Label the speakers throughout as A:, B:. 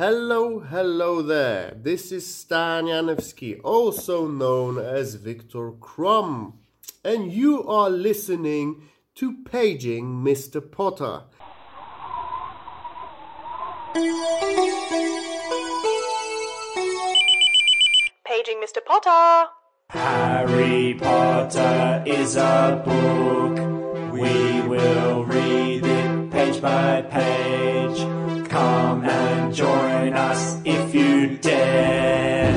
A: Hello, hello there. This is Stan Janevsky, also known as Victor Crumb, and you are listening to Paging Mr. Potter.
B: Paging Mr. Potter.
C: Harry Potter is a book. We will read it page by page. Come and join us if you dare.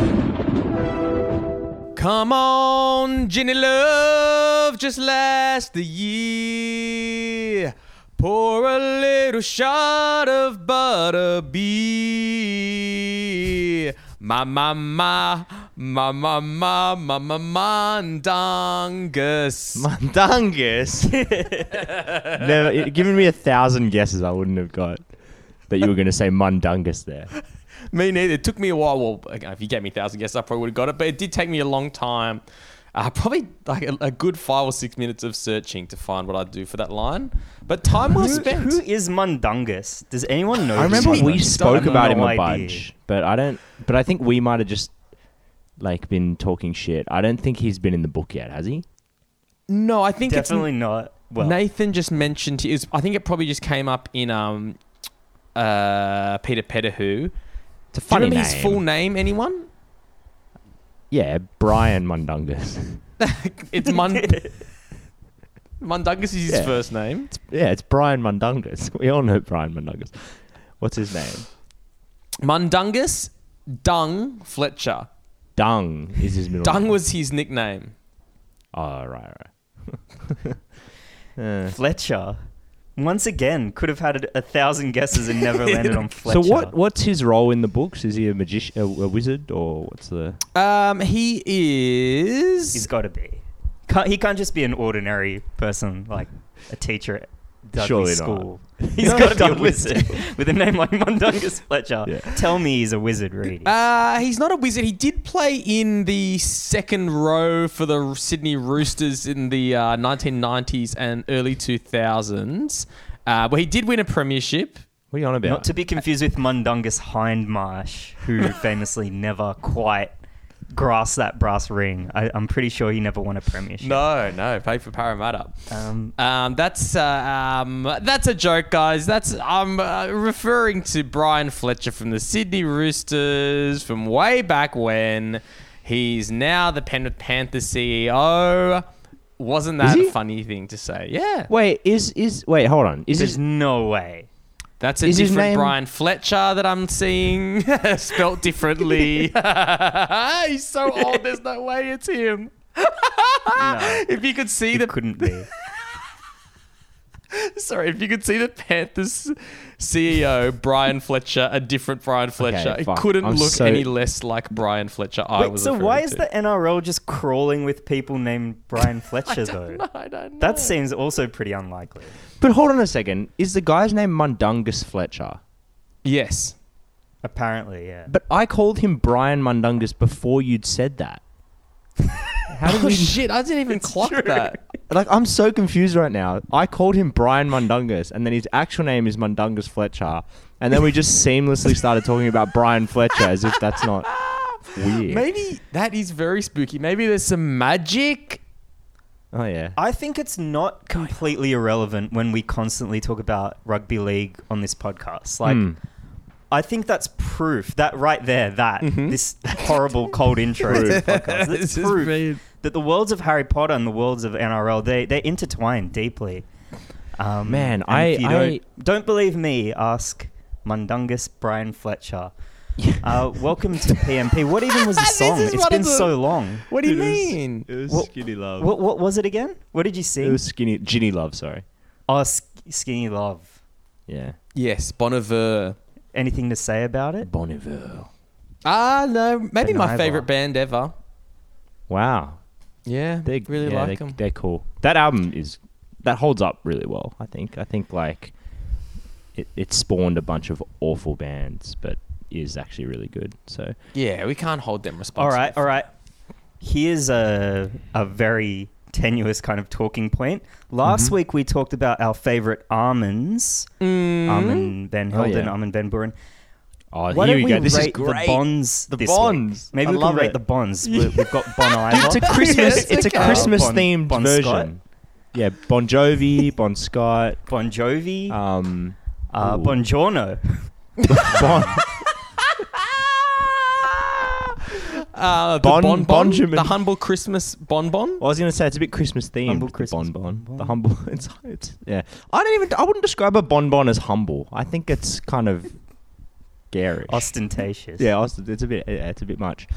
D: Come on, Ginny Love, just last the year. Pour a little shot of butter beer. Ma ma ma ma ma ma ma ma mandongus.
E: Mundungus. Never, it, given me a thousand guesses, I wouldn't have got that you were going to say Mundungus there.
D: me neither. It took me a while. Well, again, if you gave me a thousand guesses, I probably would have got it. But it did take me a long time. Uh, probably like a, a good five or six minutes of searching to find what I'd do for that line. But time well spent.
F: Who is Mundungus? Does anyone know?
E: I
F: this
E: remember we
F: person?
E: spoke
F: I
E: about him
F: have no
E: a
F: idea.
E: bunch, but I don't. But I think we might have just like been talking shit. I don't think he's been in the book yet, has he?
D: no, I think it's
F: Definitely not. Well,
D: Nathan just mentioned his. I think it probably just came up in um, uh, Peter Pettigrew.
E: It's
D: Do you
E: a funny
D: remember
E: name.
D: his full name? Anyone?
E: yeah, Brian Mundungus.
D: It's Mund. Mundungus is his
E: Yeah.
D: first name.
E: yeah, it's Brian Mundungus. We all know Brian Mundungus. What's his name?
D: Mundungus Dung Fletcher.
E: Dung is his middle.
D: Dung
E: name.
D: was his nickname.
E: Oh right, right. Uh,
F: Fletcher. Once again, could have had a, a thousand guesses and never landed on Fletcher.
E: So what? What's his role in the books? Is he a magician, a, a wizard, or what's the?
D: Um, he is.
F: He's got to be. Can't, he can't just be an ordinary person like a teacher at Dudley
E: Surely not.
F: School.
E: He's
F: He's
E: not
F: got to be a
E: Dudley
F: wizard with a name like Mundungus Fletcher.
E: Yeah.
F: Tell me he's a wizard, Reedy.
D: Uh, he's not a wizard. He did play in the second row for the Sydney Roosters in the uh, 1990s and early 2000s, uh, where he did win a premiership.
E: What are you on about?
F: Not to be confused with Mundungus Hindmarsh, who famously never quite grasped that brass ring. I, I'm pretty sure he never won a premiership.
D: No, no, played for Parramatta.
F: Um,
D: Um, that's uh, um, that's a joke, guys. That's I'm uh, referring to Brian Fletcher from the Sydney Roosters from way back when. He's now the Penrith Panthers CEO. Wasn't that
E: he?
D: a funny thing to say? Yeah.
E: Wait, is is wait? Hold on. Is
F: there's
E: his,
F: no way.
D: That's a
E: Is his
D: different
E: name-
D: Brian Fletcher that I'm seeing, spelt differently. He's so old, there's no way it's him.
F: No,
D: If you could see the
F: it couldn't be.
D: sorry, if you could see the Panthers CEO Brian Fletcher, a different Brian Fletcher, it
E: fuck.
D: couldn't
E: I'm
D: look
E: so-
D: any less like Brian Fletcher. I
F: Wait,
D: was
F: so why
D: referring
F: is
D: to.
F: the NRL just crawling with people named Brian Fletcher though?
D: I don't know.
F: That seems also pretty unlikely.
E: but hold on a second. Is the guy's name Mundungus Fletcher?
D: yes.
F: Apparently, yeah.
E: But I called him Brian Mundungus before you'd said that. How did
D: Oh
E: we?
D: shit! I didn't even clock that.
E: Like I'm so confused right now. I called him Brian Mundungus, and then his actual name is Mundungus Fletcher, and then we just seamlessly started talking about Brian Fletcher as if that's not weird.
D: Maybe that is very spooky. Maybe there's some magic.
E: Oh yeah.
F: I think it's not completely irrelevant when we constantly talk about rugby league on this podcast. Like,
E: Hmm.
F: I think that's proof that right there, that
E: Mm-hmm.
F: this horrible cold intro to the podcast, that's
D: This is
F: proof
D: bad.
F: that the worlds of Harry Potter and the worlds of NRL they they intertwine deeply. Um,
E: Man,
F: and
E: I-
F: if you
E: I-
F: don't, don't believe me. Ask Mundungus Brian Fletcher. Uh, welcome to PMP. What even was the
D: This
F: song?
D: is
F: It's
D: one of
F: been
D: the-
F: so long.
D: What do you mean?
E: was
F: What-
E: skinny love.
F: What what was it again? What did you see?
E: It was skinny Ginny love. Sorry.
F: Oh, sk- Skinny Love.
E: Yeah.
D: Yes, Bonnevere.
F: Anything to say about it?
E: Bon Iver.
D: Ah, no, maybe my
F: Beneva.
D: favorite band ever.
E: Wow.
D: Yeah,
E: They
D: really
E: yeah,
D: like
E: they,
D: them.
E: They're cool. That album is that holds up really well. I think. I think like it, it spawned a bunch of awful bands, but is actually really good. So
D: Yeah, we can't hold them responsible.
F: All right, all right. Here's a a very tenuous kind of talking point. Last
E: Mm-hmm.
F: week we talked about our favorite almonds,
D: Mm.
F: Armin Ben
E: Oh,
F: Helden,
E: yeah.
F: Armin Ben Buren.
E: Oh,
F: Why
E: here
F: don't
E: we
F: we
E: go. This is
F: rate
E: great.
F: the bonds?
E: The
F: this week?
E: Bonds.
F: Maybe
E: I
F: we
E: love
F: can rate
E: it.
F: the bonds. We- We've got Bon Iver.
E: It's a Christmas.
F: Yes,
E: it's a
F: okay.
E: Christmas
F: Bon-
E: themed
F: Bon
E: version.
F: Scott.
E: Yeah, Bon Jovi, Bon Scott,
F: Bon Jovi.
E: um,
F: uh,
E: ooh.
F: Buongiorno.
E: Bon.
D: Uh, the
E: Bon-
D: bon bon,
E: Bonjamin.
D: the humble Christmas bonbon.
E: I was gonna say it's a bit Christmas themed.
F: Humble
E: the
F: Christmas
E: bonbon,
F: bonbon.
E: the humble. It's, it's yeah. I don't even. I wouldn't describe a bonbon as humble. I think it's kind of garish.
F: Ostentatious.
E: Yeah, Austin, it's a bit yeah, it's a bit much.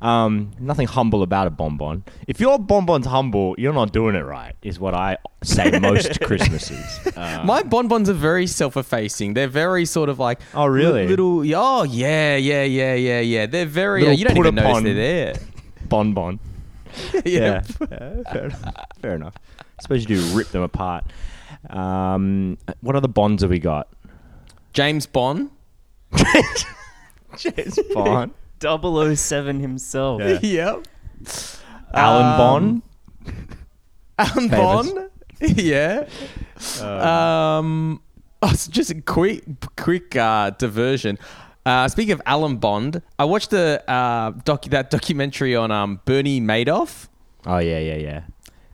E: Um, nothing humble about a bonbon. If your bonbon's humble, you're not doing it right. Is what I say most Christmases. Uh,
D: My bonbons are very self-effacing. They're very sort of like
E: Oh, really?
D: li- little oh yeah yeah yeah yeah yeah. They're very uh,
E: Little
D: you don't
E: put
D: even notice
E: upon.
D: they're there.
E: bonbon.
D: yeah.
E: Yeah, yeah, fair enough. Fair enough. I suppose you do rip them apart. Um, what other bonds have we got?
D: James Bond.
E: James Bond,
F: 007 himself.
E: Yeah.
D: Yep.
E: Alan
F: Um,
E: Bond.
D: Alan
E: Famous.
D: Bond. yeah. Um, oh, so just a quick, quick uh, diversion. Uh, speaking of Alan Bond, I watched the uh, docu- that documentary on um, Bernie Madoff.
E: Oh yeah, yeah, yeah.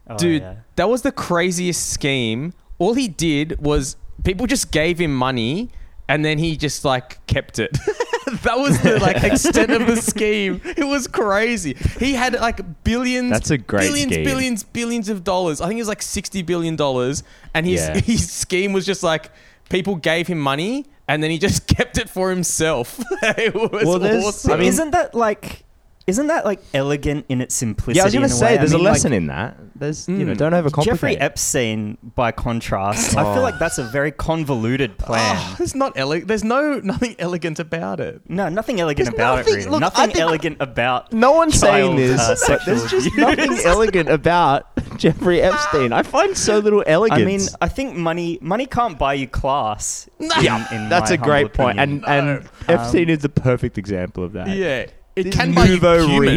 F: Oh,
D: Dude,
F: yeah.
D: that was the craziest scheme. All he did was people just gave him money and then he just like kept it. that was the like extent of the scheme. It was crazy. He had like billions
E: That's a great
D: billions,
E: scheme.
D: billions, billions of dollars. I think it was like sixty billion dollars. And his
E: Yeah.
D: his scheme was just like people gave him money and then he just kept it for himself. it was
E: Well, there's-
D: awesome.
E: I mean-
F: isn't that like, isn't that like elegant in its simplicity?
E: Yeah, I was gonna
F: in a
E: say
F: way?
E: there's
F: I mean,
E: a
F: like, Hmm.
E: lesson in that. There's you know,
D: Mm.
E: don't overcomplicate.
F: Jeffrey
E: it.
F: Epstein, by contrast, I feel like that's a very convoluted plan.
D: Oh, it's not elegant. There's no nothing elegant about it.
F: No, nothing elegant
D: There's
F: about
D: nothing-
F: it. Really.
D: look, I
F: nothing
D: think-
F: elegant about.
E: No one's saying
F: child,
E: this.
F: uh,
E: but there's
F: sexual
E: just
F: abuse.
E: nothing elegant about Jeffrey Epstein. I find so little elegance.
F: I mean, I think money money can't buy you class.
D: Yeah,
F: in, in
E: that's
F: my
E: a great
F: humble
E: point, and
F: opinion.
E: and Epstein is the perfect example of that.
D: um, Yeah. It
E: This
D: can buy you
E: nouveau
D: humans.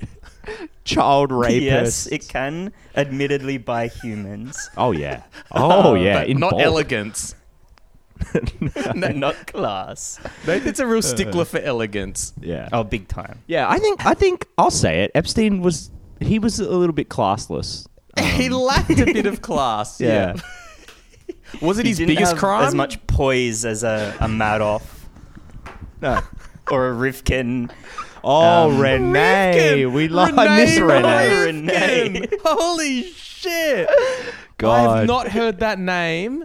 E: riche child rapist.
F: yes, it can admittedly buy humans,
E: Oh yeah. Oh yeah.
D: but
E: in
D: not
E: bulk.
D: elegance.
F: but not class.
D: Nathan's a real
E: Uh.
D: stickler for elegance.
E: Yeah.
F: Oh, big time.
E: Yeah. I think I think I'll say it. Epstein was he was a little bit classless.
D: he lacked a bit of class.
E: Um. Yeah.
D: Yeah. Was it
F: He
D: his
F: didn't
D: biggest
F: have
D: crime?
F: As much poise as a, a Madoff
E: no.
F: or a Rifkin.
E: Oh
F: Um,
E: Renee, we love Miss Renee.
F: Renee. Renee.
D: Rifkin. Holy shit! I
E: God.
D: have not heard that name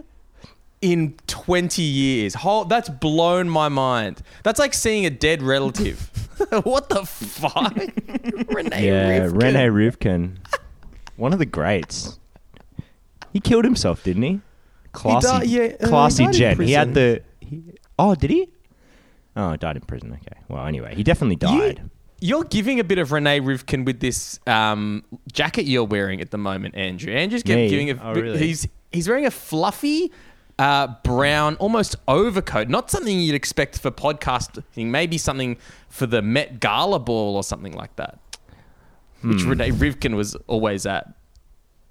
D: in 20 years. Whole, that's blown my mind. That's like seeing a dead relative. what the fuck? Renee
E: Yeah,
D: Rifkin.
E: Rene Rivkin. One of the greats. He killed himself, didn't he? Classy,
D: died- yeah, uh, he
E: classy
D: died in
E: gent. He had
D: prison.
E: the. He, oh, did he? Oh, he died in prison. Okay. Well, anyway, he definitely died.
D: You're giving a bit of Renee Rivkin with this um, jacket you're wearing at the moment, Andrew. Andrew's kept
E: Me?
D: giving a.
E: Oh, really?
D: He's he's wearing a fluffy uh, brown, almost overcoat. Not something you'd expect for podcasting. Maybe something for the Met Gala ball or something like that, which
E: Hmm.
D: Renee Rivkin was always at.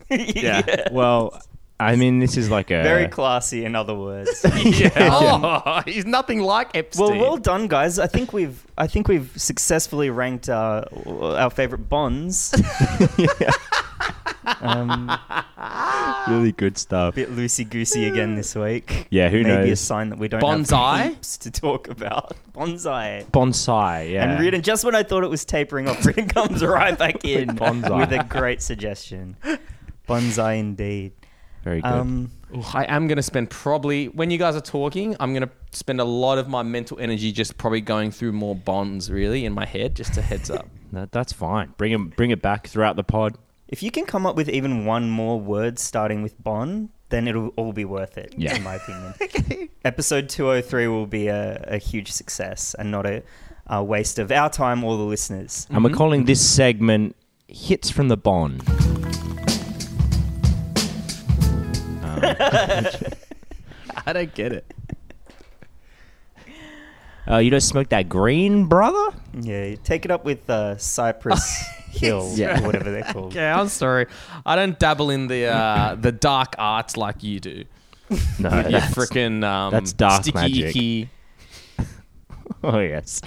F: yeah.
E: Well, I mean, this is like a
F: Very classy, in other words.
D: oh, he's nothing like
F: Well,
D: Epstein.
F: well done, guys. I think we've I think we've successfully ranked uh, our favorite bonds. um,
E: really good stuff.
F: bit loosey goosey again this week.
E: Yeah, who
F: Maybe a
E: knows?
F: sign that we don't
D: Bonsai?
F: have heaps to talk about bonsai.
E: Bonsai, yeah.
F: And Reardon, just when I thought it was tapering off, Reardon comes right back in
E: Bonsai.
F: with a great suggestion. Bonsai indeed.
E: Very good.
F: Um,
D: Ooh, I am going to spend probably when you guys are talking, I'm going to spend a lot of my mental energy just probably going through more bonds really in my head. Just a heads up.
E: that, that's fine. Bring him, bring it back throughout the pod.
F: if you can come up with even one more word starting with bon, then it'll all be worth it.
E: Yeah.
F: in my opinion. Episode two hundred three will be a, a huge success and not a, a waste of our time or the listeners.
E: And we're calling this segment "Hits from the Bond."
D: I don't get it.
E: Uh, you don't smoke that green, brother?
F: Yeah, take it up with uh, Cypress Hill,
E: Oh, Yeah.
F: or whatever they're called.
D: Yeah, I'm sorry. I don't dabble in the uh, the dark arts like you do.
E: No,
D: You frickin' um,
E: that's dark
D: sticky
E: magic.
D: icky.
E: Oh yes.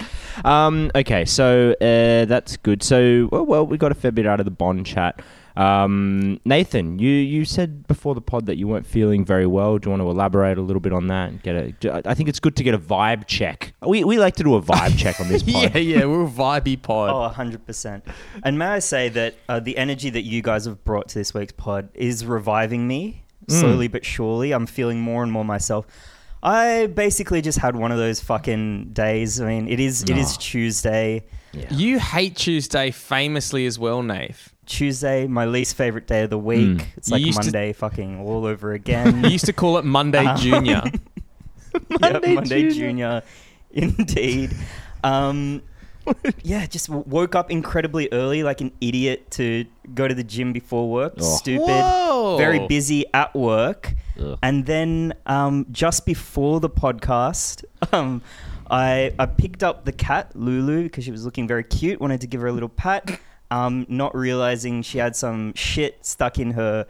E: Um, okay, so uh, that's good. So well, well, we got a fair bit out of the Bond chat. Um, Nathan, you, you said before the pod that you weren't feeling very well. Do you want to elaborate a little bit on that? and Get a, do- I- I think it's good to get a vibe check. We, we like to do a vibe check on this pod.
D: yeah, yeah, we're a vibey pod.
F: Oh, 100%. And may I say that uh, the energy that you guys have brought to this week's pod is reviving me
D: Mm.
F: slowly but surely. I'm feeling more and more myself. I basically just had one of those fucking days. I mean, it is it is Tuesday.
D: You hate Tuesday famously as well, Nath.
F: Tuesday, my least favorite day of the week. It's
D: Mm. You
F: like
D: used to-
F: Monday fucking all over again.
D: You used to call it Monday Junior.
F: Yeah,
E: Monday
F: Monday
E: Junior.
F: Junior. Indeed. Um, yeah, just w- woke up incredibly early like an idiot to go to the gym before work.
E: Oh.
F: Stupid.
D: Whoa.
F: Very busy at work.
E: Ugh.
F: And then um, just before the podcast, um, I, I picked up the cat, Lulu, because she was looking very cute. Wanted to give her a little pat. Um, not realizing she had some shit stuck in her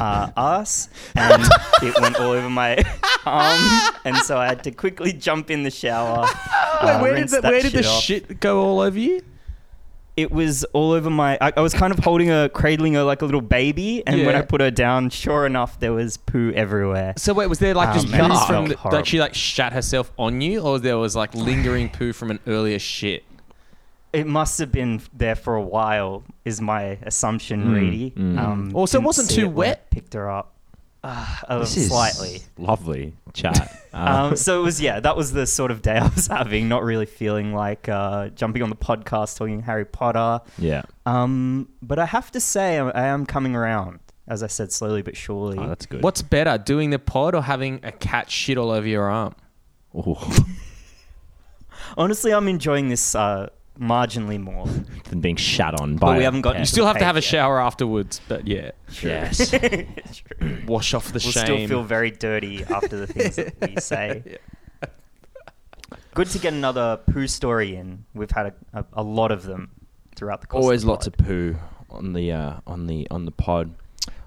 F: uh, ass and it went all over my arm. And so I had to quickly jump in the shower. uh,
D: where did
F: rinse
D: the,
F: that
D: where did the
F: shit off.
D: shit go all over you?
F: It was all over my. I, I was kind of holding her, cradling her like a little baby. And when
D: Yeah.
F: I put her down, sure enough, there was poo everywhere.
D: So wait, was there like just
F: Um,
D: poo
F: and it
D: from
F: felt
D: the, like
F: horrible.
D: she like shat herself on you, or there was like lingering poo from an earlier shit?
F: It must have been there for a while, is my assumption, really. Um,
D: Also, Oh, it
F: didn't
D: wasn't
F: see
D: too
F: it when I
D: wet?
F: Picked her up. Uh, uh,
E: This is
F: slightly.
E: lovely chat. Uh,
F: Um, so it was, yeah, that was the sort of day I was having, not really feeling like uh, jumping on the podcast talking Harry Potter.
E: yeah,
F: Um, but I have to say, I I am coming around, as I said, slowly but surely.
E: oh, that's good.
D: What's better, doing the pod or having a cat shit all over your arm?
E: Ooh,
F: Honestly, I'm enjoying this uh, marginally more.
E: than being shat on by.
F: But we
E: a
F: haven't gotten
E: cat.
F: to
D: Still have to
F: Hey,
D: have a
F: yeah.
D: shower afterwards, but yeah,
E: Yes.
F: True.
D: wash off the
F: We'll
D: shame.
F: still feel very dirty after the things that we say. Good to get another poo story in. We've had a, a, a lot of them throughout the course.
E: Always
F: of the
E: lots of
F: pod.
E: poo on the uh, on the on the pod.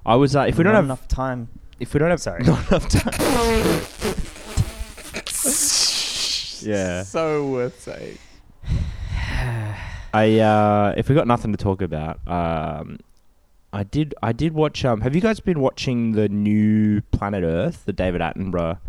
E: I was uh, if we don't
F: Not
E: have
F: enough time.
E: if we don't have
F: Sorry.
E: not enough time. yeah.
D: so worth saying.
E: I uh, if we got nothing to talk about, um, I did I did watch. Um, have you guys been watching the new Planet Earth, the David Attenborough?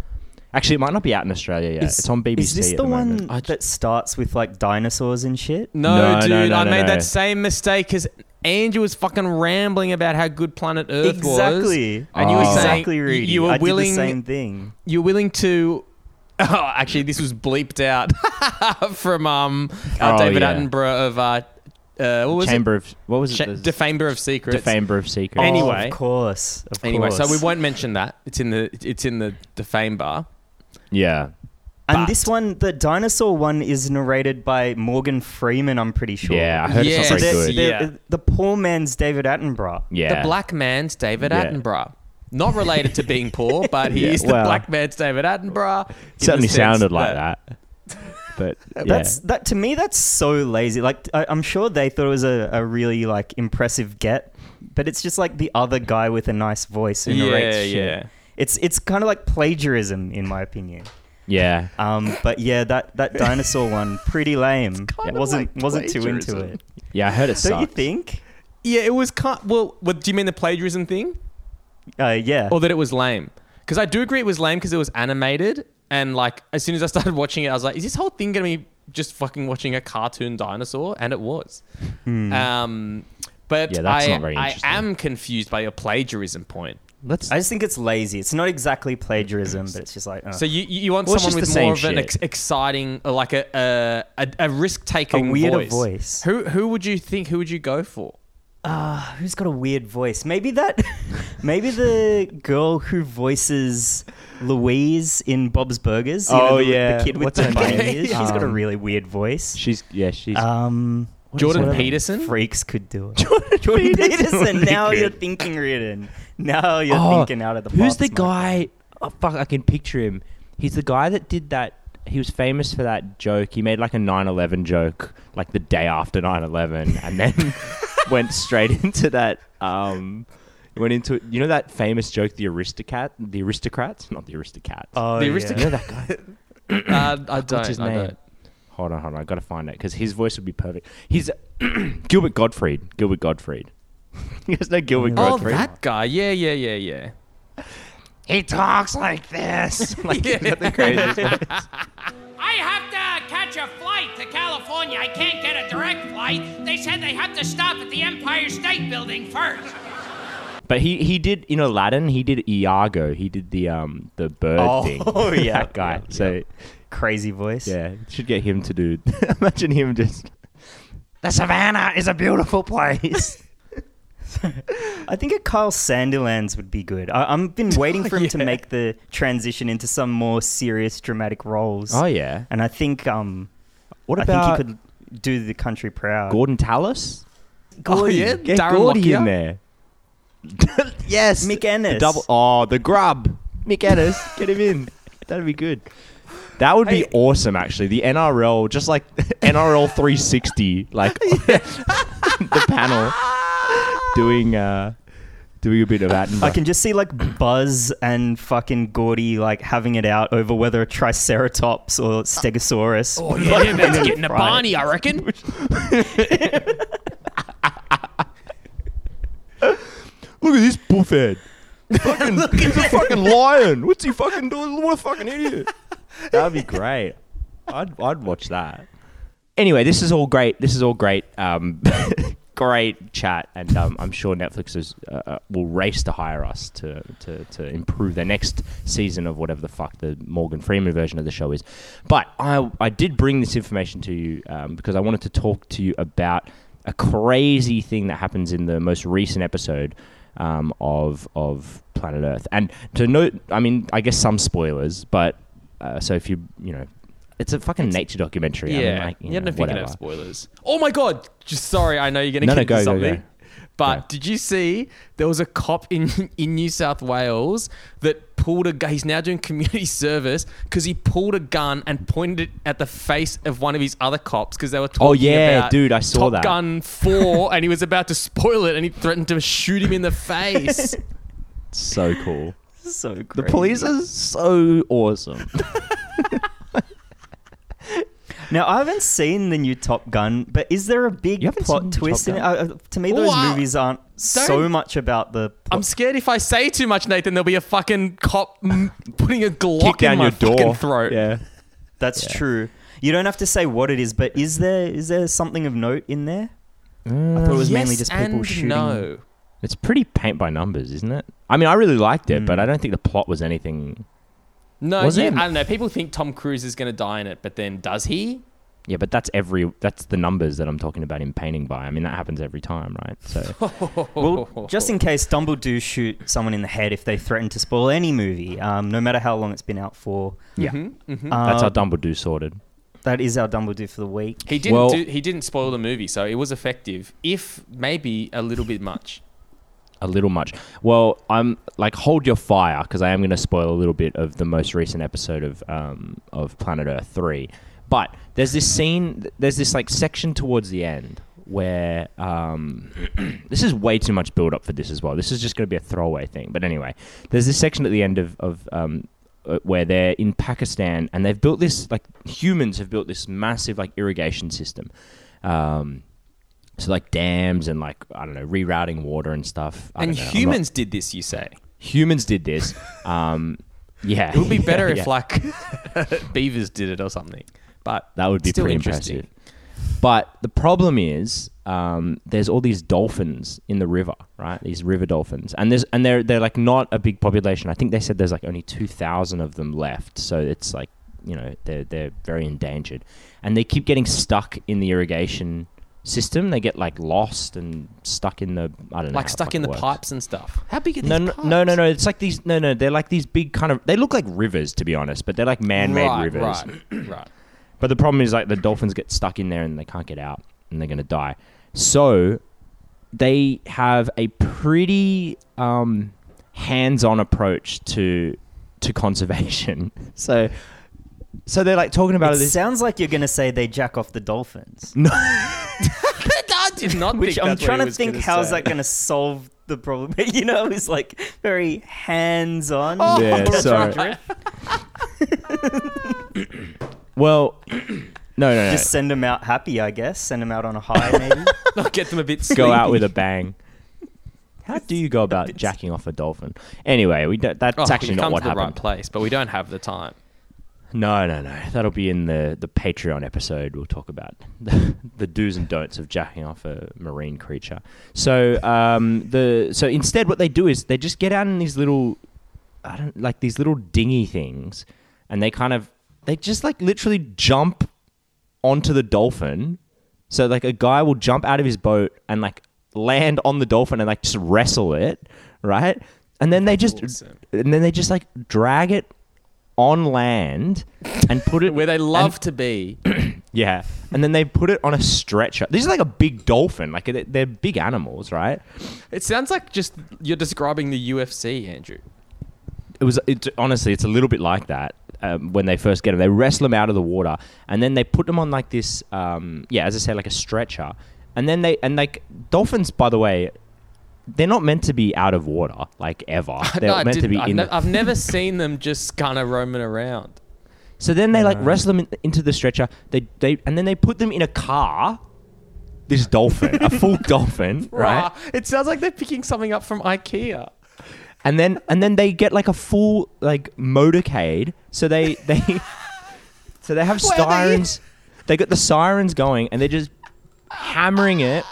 E: Actually, it might not be out in Australia yet.
F: Is-
E: it's on BBC.
F: Is this
E: at
F: the, one
E: moment.
F: that starts with like dinosaurs and shit?
D: No,
E: No,
D: dude,
E: no, no,
D: I
E: no,
D: made
E: no.
D: that same mistake because Andrew was fucking rambling about how good Planet Earth was.
F: exactly.
D: And you were saying
E: Oh.
F: exactly,
D: you-
F: Reedy.
D: you were
F: I
D: willing
F: did the same thing.
D: you're willing to. Oh, actually, this was bleeped out from um uh,
E: Oh,
D: David
E: yeah.
D: Attenborough of uh, uh what was
E: Chamber of what was
D: it?
E: it?
D: Cha-
E: The-
D: Defamer of Secrets.
E: Defamer of Secrets.
D: Any- Anyway.
F: Oh, of course. Of
D: Anyway, so
F: course.
D: we won't mention that. It's in the it's in the Defame bar.
E: yeah.
F: And
D: But-
F: this one, the dinosaur one, is narrated by Morgan Freeman. I'm pretty sure.
E: Yeah, I heard
D: Yes.
E: it's
F: So
E: not very
F: they're,
E: good.
D: Yeah.
F: they're- the poor man's David Attenborough.
E: yeah.
D: The black man's David
E: Yeah.
D: Attenborough. Not related to being poor, but he
E: Yeah,
D: is the
E: well.
D: black man's David Attenborough. in the
E: certainly
D: sense
E: sounded like that. But yeah.
F: That's that to me. That's so lazy. Like I, I'm sure they thought it was a, a really like impressive get, but it's just like the other guy with a nice voice who narrates
D: Yeah,
F: shit.
D: yeah.
F: It's it's kind of like plagiarism in my opinion.
E: yeah.
F: Um, but yeah, that, that dinosaur one pretty lame.
D: kinda
F: wasn't
D: like
F: wasn't too into
D: plagiarism.
F: it.
E: Yeah, I heard it
F: Don't
E: sucks.
F: you think?
D: Yeah, it was kind. Well, what, do you mean the plagiarism thing,
F: Uh, yeah.
D: or that it was lame? Because I do agree it was lame because it was animated, and like as soon as I started watching it, I was like, is this whole thing gonna be just fucking watching a cartoon dinosaur? And it was. Um, but
E: Hmm. Yeah, that's
D: I,
E: not very
D: I
E: interesting.
D: am confused by your plagiarism point.
E: Let's.
F: I just think it's lazy. It's not exactly plagiarism, but it's just like uh,
D: So you you you want
E: Well, it's
D: someone
E: just
D: with
E: the
D: more of
E: same
D: an
E: shit.
D: ex- exciting, or like a a, a, a risk taking
F: A weirder
D: voice.
F: voice.
D: Who who would you think? Who would you go for?
F: Ah, who's got a weird voice? Maybe that, maybe the girl who voices Louise in Bob's Burgers. you know,
E: Oh,
F: the,
E: yeah.
F: the kid with
E: What's
F: the
E: her
F: bunny
E: name?
F: ears. She's got a
E: Um,
F: really weird voice.
E: She's yeah. She's
F: Um,
D: Jordan
F: Whatever.
D: Peterson.
F: freaks could do it. Jordan, Peterson.
E: would be
F: now
E: good.
F: you're thinking, Reardon. Now you're
E: Oh,
F: thinking out of the
E: Who's
F: box.
E: the
F: my
E: guy? Oh fuck! I can picture him. He's the guy that did that. He was famous for that joke. He made like a 9/11 joke, like the day after 9/11, and then went straight into that. Um, went into you know that famous joke, the aristocrat, the aristocrats, not the aristocrats.
F: Oh,
D: The
F: yeah.
E: you know that guy.
D: Uh, I don't.
E: his
D: I
E: name?
D: don't.
E: Hold on, hold on. I gotta find it because his voice would be perfect. He's Gilbert Gottfried. Gilbert Gottfried. There's no Gilbert
D: Oh,
E: Gottfried.
D: that guy. Yeah, yeah, yeah, yeah.
E: He talks like this. like, is that the craziest one?
G: I have to catch a flight to California. I can't get a direct flight. They said they have to stop at the Empire State Building first.
E: But he, he did in Aladdin. He did Iago. He did the um the bird
F: Oh,
E: thing.
F: yeah,
E: that guy.
F: yeah,
E: so
F: Crazy voice.
E: Yeah, should get him to do. Imagine him just. The savannah is a beautiful place.
F: I think a Kyle Sanderlands would be good. I, I've been waiting
E: Oh,
F: for him to make the transition into some more serious dramatic roles.
E: oh yeah.
F: And I think um,
E: What
F: I
E: about
F: think he could do the country proud.
E: Gordon Tallis?
D: Oh, yeah?
E: Get
D: Darren
E: Gordy in
D: Lockyer?
E: there. yes,
F: Mick
E: The
F: Ennis.
E: double. Oh, the grub. Mick Ennis, get him in. That'd be good. That would be awesome, actually. The NRL, just like NRL 360, like the panel doing uh, doing a bit of that.
F: I can just see like Buzz and fucking Gordy like having it out over whether a Triceratops or Stegosaurus.
D: Oh, yeah, man's getting a Barney, I reckon.
E: Look at this buffhead. Fucking, he's a fucking lion. What's he fucking doing? What a fucking idiot. That'd be great. I'd, I'd watch that. Anyway, this is all great. This is all great. Um, great chat, and um, I'm sure Netflix is, uh, uh, will race to hire us to, to to improve their next season of whatever the fuck the Morgan Freeman version of the show is. But I I did bring this information to you um, because I wanted to talk to you about a crazy thing that happens in the most recent episode um, of of Planet Earth. And to note, I mean, I guess some spoilers, but uh, so if you you know, it's a fucking nature documentary. I mean,
D: Yeah,
E: like, you
D: you
E: know,
D: don't think you
E: whatever.
D: have spoilers. Oh my god! Just sorry, I know you're gonna
E: No, no,
D: get into
E: go, go,
D: something.
E: go.
D: But
E: Go.
D: did you see there was a cop in in New South Wales that pulled a gun? He's now doing community service because he pulled a gun and pointed it at the face of one of his other cops because they were talking.
E: Oh, yeah,
D: about
E: dude, I saw
D: Top
E: that.
D: Gun Four, and he was about to spoil it, and he threatened to shoot him in the face.
E: so cool.
F: so crazy.
E: The police are so awesome.
F: Now I haven't seen the new Top Gun, but is there a big
E: You haven't seen
F: plot
E: the Top
F: twist in it? Uh,
E: Gun?
F: uh, to me, those
D: Wow.
F: movies aren't so
D: Don't-
F: much about the.
D: I'm
F: Plot.
D: scared if I say too much, Nathan, there'll be a fucking cop mm, putting a Glock
E: Kick down
D: in my
E: your door.
D: fucking throat.
E: Yeah.
F: That's true. You don't have to say what it is, but is there is there something of note in there? I thought it was mainly
D: Uh, Yes
F: just people
D: and
F: shooting.
D: No.
E: It's pretty paint by numbers, isn't it? I mean, I really liked it,
F: Mm.
E: but I don't think the plot was anything.
D: No,
E: Was
D: you-
E: it?
D: I don't know. People think Tom Cruise is going to die in it, but then does he?
E: Yeah, but that's every that's the numbers that I'm talking about in painting by. I mean, that happens every time, right? So
F: Well, just in case Dumble do shoot someone in the head if they threaten to spoil any movie, um, no matter how long it's been out for.
E: yeah,
D: Mm-hmm.
F: Uh,
E: that's how Dumbledore sorted.
F: that is our Dumble do for the week.
D: he didn't
E: Well-
D: do, he didn't spoil the movie, so it was effective, if maybe a little bit much.
E: a little much. Well, I'm like hold your fire because I am going to spoil a little bit of the most recent episode of um, of Planet Earth three. But there's this scene, there's this like section towards the end where um, this is way too much build up for this as well. This is just going to be a throwaway thing. But anyway, there's this section at the end of of um, uh, where they're in Pakistan and they've built this like humans have built this massive like irrigation system. Um, so like dams and like I don't know rerouting water and stuff. I
D: and
E: don't know. I'm not-
D: humans did this, you say?
E: humans did this. Um, yeah,
D: It would be better
E: Yeah,
D: if
E: yeah.
D: like beavers did it or something. But
E: that would be
D: still
E: pretty
D: interesting.
E: impressive. But the problem is, um, there's all these dolphins in the river, right? These river dolphins, and there's and they're they're like not a big population. I think they said there's like only two thousand of them left, so it's like you know they're they're very endangered, and they keep getting stuck in the irrigation system. They get like lost and stuck in the I don't know,
D: Like
E: how
D: stuck
E: fucking
D: in the
E: works.
D: pipes and stuff. How big are these
E: No, no,
D: pipes?
E: no, no, no. It's like these. No, no. They're like these big kind of. They look like rivers, to be honest, but they're like man-made
D: right,
E: rivers.
D: Right, right.
E: But the problem is like the dolphins get stuck in there and they can't get out and they're going to die. So they have a pretty um, hands-on approach to to conservation. so so they're like talking about
F: It
E: this.
F: sounds like you're going to say they jack off the dolphins.
D: I did not
F: Which
D: think
F: I'm
D: that's what
F: trying
D: he
F: to
D: was
F: think
D: gonna
F: how's
D: say.
F: that going to solve the problem. you know, it's like very hands on.
D: Oh.
E: yeah, sorry. well, No, no, no.
F: Just send them out happy, I guess. Send them out on a high, maybe.
D: I'll get them a bit
E: go
D: sleepy.
E: out with a bang. How do you go about jacking off a dolphin? Anyway, we don't, that's
D: Oh, we
E: actually not
D: come
E: what
D: to the right
E: happened.
D: place, but we don't have the time.
E: No, no, no. That'll be in the, the Patreon episode. We'll talk about the, the do's and don'ts of jacking off a marine creature. So um, the so instead, what they do is they just get out in these little, I don't like these little dinghy things, and they kind of they just like literally jump onto the dolphin. So like a guy will jump out of his boat and like land on the dolphin and like just wrestle it, right? And then they just
D: Awesome.
E: and then they just like drag it on land and put it
D: Where they love
E: and-
D: to be.
E: yeah, and then they put it on a stretcher. This is like a big dolphin. Like they're, they're big animals, right?
D: It sounds like just you're describing the UFC, Andrew.
E: It was. It's honestly, it's a little bit like that. Um, when they first get them, they wrestle them out of the water, and then they put them on like this. Um, yeah, as I said, like a stretcher, and then they and like dolphins. By the way, they're not meant to be out of water like ever. They're
D: No, I
E: meant to
D: didn't-
E: be
D: I've,
E: in.
D: ne-
E: the,
D: I've never seen them just kind of roaming around.
E: So then they like wrestle them in, into the stretcher. They they and then they put them in a car. This dolphin, a full dolphin, right?
D: Rah. It sounds like they're picking something up from IKEA.
E: And then and then they get like a full like motorcade. So they they so they have sirens. They got the sirens going, and they're just hammering it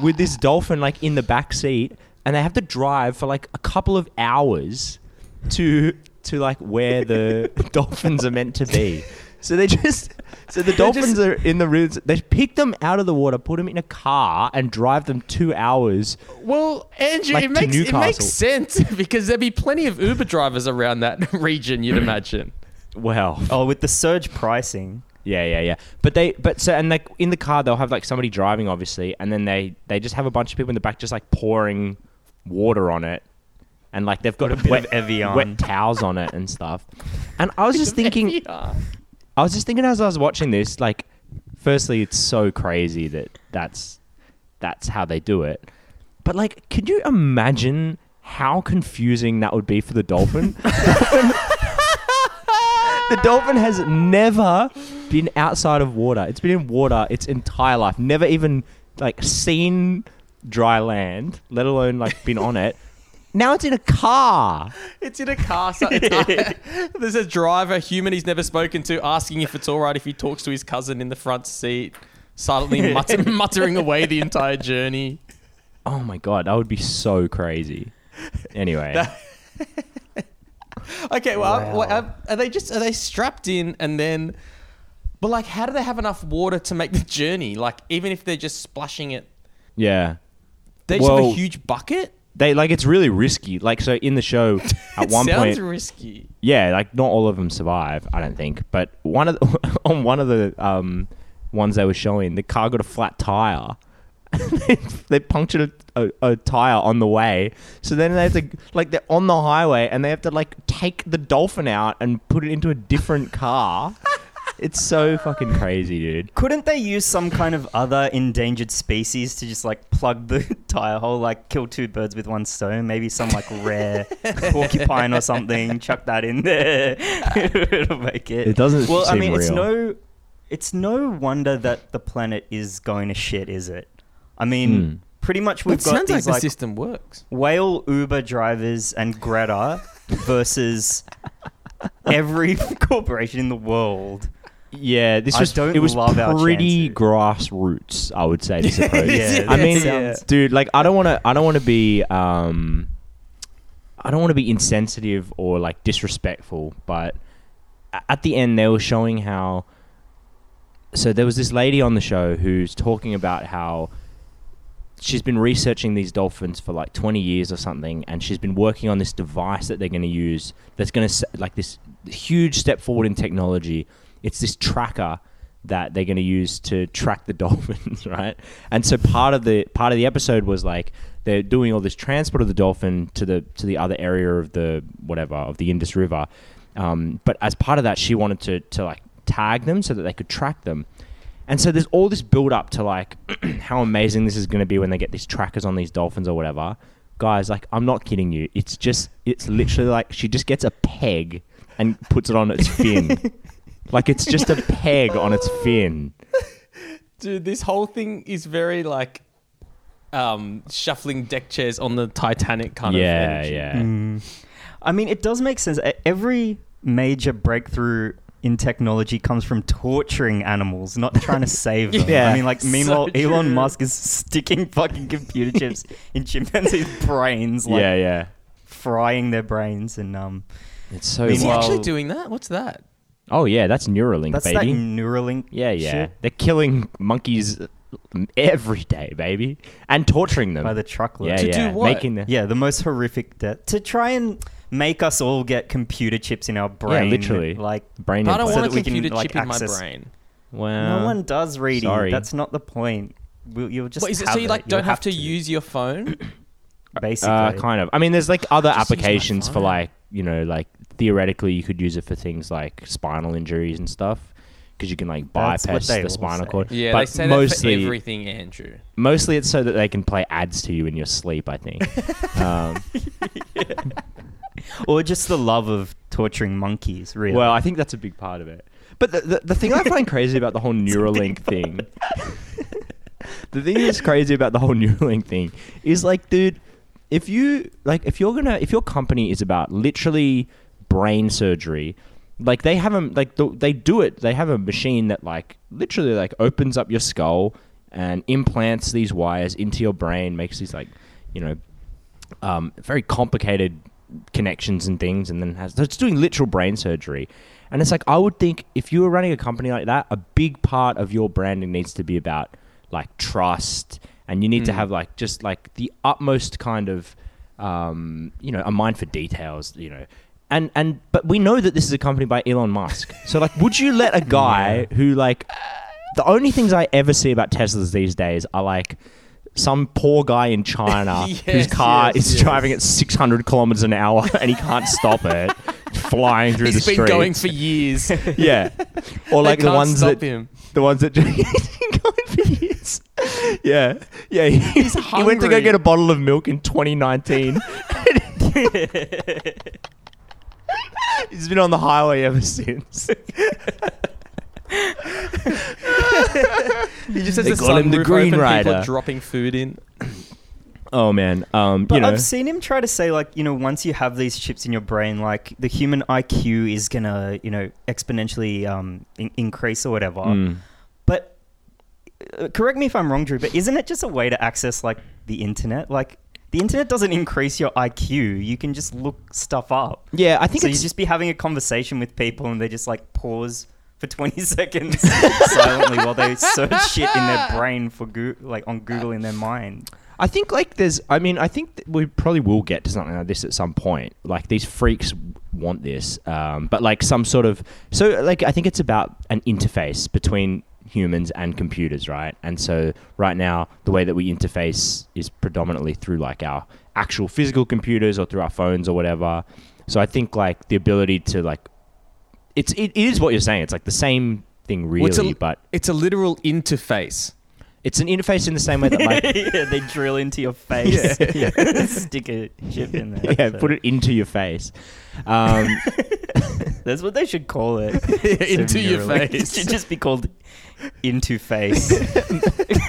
E: with this dolphin like in the back seat, and they have to drive for like a couple of hours to to like where the dolphins are meant to be. So they just so the dolphins are in the roots. They pick them out of the water, put them in a car, and drive them two hours.
D: Well, Andrew,
E: Like
D: it
E: to
D: makes it
E: Newcastle.
D: makes sense because there'd be plenty of Uber drivers around that region,
E: Mm.
D: you'd imagine.
E: Well,
F: oh, with the surge pricing.
E: Yeah, yeah, yeah. But they, but so, and like in the car, they'll have like somebody driving, obviously, and then they they just have a bunch of people in the back, just like pouring water on it, and like they've got
F: Put a bit
E: wet,
F: of Evian.
E: wet towels on it and stuff. And I was just thinking,
D: Yeah.
E: I was just thinking as I was watching this, like, firstly, it's so crazy that that's that's how they do it. But like, could you imagine how confusing that would be for the dolphin? the dolphin has never been outside of water. It's been in water its entire life. Never even like seen dry land, let alone like been on it. Now it's in a car.
D: It's in a car. So it's there's a driver, a human he's never spoken to, asking if it's all right if he talks to his cousin in the front seat, silently mutter, muttering away the entire journey.
E: Oh my god, that would be so crazy. Anyway.
D: Okay, well, what- are, are they just are they strapped in and then? But like, how do they have enough water to make the journey? Like, even if they're just splashing it,
E: Yeah.
D: they just have
E: Well,
D: a huge bucket.
E: They like it's really risky. Like so in the show at
D: it
E: one
D: sounds
E: point
D: risky.
E: yeah, like not all of them survive, I don't think. But one of the, on one of the um, ones they were showing, the car got a flat tire. they, they punctured a, a, a tire on the way, so then they have to like they're on the highway and they have to like take the dolphin out and put it into a different car. it's so fucking crazy, dude.
F: Couldn't they use some kind of other endangered species to just like plug the tire hole, like kill two birds with one stone? Maybe some like rare porcupine or something. Chuck that in there. It'll make it.
E: It doesn't
F: Well, I
E: seem
F: mean, it's
E: real.
F: no, it's no wonder that the planet is going to shit, is it? I
E: Hmm.
F: mean, pretty much we've
D: It
F: got
D: sounds like
F: these
D: the
F: like
D: system works.
F: whale Uber drivers and Greta versus every corporation in the world.
E: Yeah, this
F: I
E: was
F: don't
E: it was
F: love our
E: pretty
F: chances.
E: grassroots, I would say. This approach.
F: Yeah,
E: I
F: that
E: mean,
F: sounds-
E: dude, like I don't want to, I don't want to be, um, I don't want to be insensitive or like disrespectful, but a- at the end they were showing how. So there was this lady on the show who's talking about how she's been researching these dolphins for like 20 years or something and she's been working on this device that they're going to use that's going to like this huge step forward in technology it's this tracker that they're going to use to track the dolphins right and so part of the part of the episode was like they're doing all this transport of the dolphin to the to the other area of the whatever of the indus river um, but as part of that she wanted to to like tag them so that they could track them and so there's all this build up to like how amazing this is going to be when they get these trackers on these dolphins or whatever. Guys, like I'm not kidding you. It's just it's literally like she just gets a peg and puts it on its fin. Like it's just a peg on its fin.
D: Dude, this whole thing is very like um, shuffling deck chairs on Mm. the Titanic kind of
E: Yeah,
D: energy.
E: yeah.
F: I mean, it does make sense. E- Every major breakthrough in technology comes from torturing animals, not trying to save them.
E: Yeah.
F: I mean, like, meanwhile,
D: true.
F: Elon Musk is sticking fucking computer chips in chimpanzees' brains, like
E: yeah, yeah.
F: frying their brains, and um,
E: It's so.
D: Is he
F: Meanwhile-
D: actually doing that? What's that?
E: oh yeah, that's Neuralink,
F: that's
E: baby.
F: that Neuralink.
E: yeah, yeah.
F: shit
E: They're killing monkeys every day, baby, and torturing them
F: by the truckload.
E: Yeah,
D: To
E: yeah.
D: do what?
E: Making the
F: Yeah, the most horrific death to try and make us all get computer chips in our brain.
E: yeah, literally
F: like
E: brain.
D: I don't
E: implant.
F: so
D: want a
F: that we can,
D: computer
F: like,
D: chip in my
F: access-
D: brain.
E: Wow.
F: no one does reading.
E: sorry.
F: That's not the point. We'll, you'll just
D: What is it?
F: have
D: So you like
F: You'll
D: don't have to,
F: to
D: use your phone?
F: basically.
E: Uh, kind of. I mean, there's like other
D: Just use my
E: applications for
D: phone.
E: like you know, like theoretically, you could use it for things like spinal injuries and stuff because you can like
F: That's what
E: bypass
F: they
E: the
F: all
E: spinal
F: say.
E: cord.
D: Yeah,
E: but
D: they say
E: mostly,
D: that for everything, Andrew.
E: mostly it's so that they can play ads to you in your sleep. I think. um,
F: or just the love of torturing monkeys, really.
E: well, I think that's a big part of it. But the the, the thing I find crazy about the whole Neuralink thing, the thing that's crazy about the whole Neuralink thing is like, dude, if you like, if you're gonna, if your company is about literally brain surgery, like they have a like the, they do it, they have a machine that like literally like opens up your skull and implants these wires into your brain, makes these like, you know, um, very complicated connections and things, and then has so it's doing literal brain surgery. And it's like I would think if you were running a company like that, a big part of your branding needs to be about like trust, and you need
D: Hmm.
E: to have like just like the utmost kind of um, you know a mind for details, you know. And and but we know that this is a company by Elon Musk. So like, would you let a guy who like the only things I ever see about Teslas these days are like some poor guy in China whose
D: Yes,
E: car
D: yes,
E: is
D: yes.
E: driving at 600 kilometers an hour and he can't stop it, flying through
D: He's
E: the
D: been
E: streets.
D: going for years.
E: yeah, or like the
D: can't
E: ones
D: stop
E: that
D: him.
E: the ones that he's been going for years. Yeah, yeah. He, he went to go
D: hungry.
E: get a bottle of milk in 2019. He's been on the highway ever since.
D: he just has
E: They
D: a
E: call him the
D: sunroof
E: Green
D: open, people
E: Rider.
D: are dropping food in.
E: Oh man, um,
F: But
E: you know,
F: I've seen him try to say, like, you know, once you have these chips in your brain, like, the human IQ is going to, you know, exponentially um, in- increase or whatever. But uh, correct me if I'm wrong, Drew, but isn't it just a way to access, like, the internet? Like, the internet doesn't increase your IQ. You can just look stuff up.
E: yeah. I think
F: so you
E: it's
F: just be having a conversation with people and they just, like, pause for 20 seconds silently while they search shit in their brain for, goo like, on Google in their mind.
E: I think like there's. I mean, I think that we probably will get to something like this at some point. Like these freaks want this, um, but like some sort of. So like I think it's about an interface between humans and computers, right? And so right now the way that we interface is predominantly through like our actual physical computers or through our phones or whatever. So I think like the ability to like, it's it, it is what you're saying. It's like the same thing really,
D: What's a-
E: but
D: It's a literal interface.
E: it's an interface in the same way that like
F: yeah, they drill into your face. Stick a chip in there.
E: yeah,
F: So
E: put it into your face. Um,
F: That's what they should call it.
D: Into your
F: Neuralink.
D: face.
F: It should just be called into face.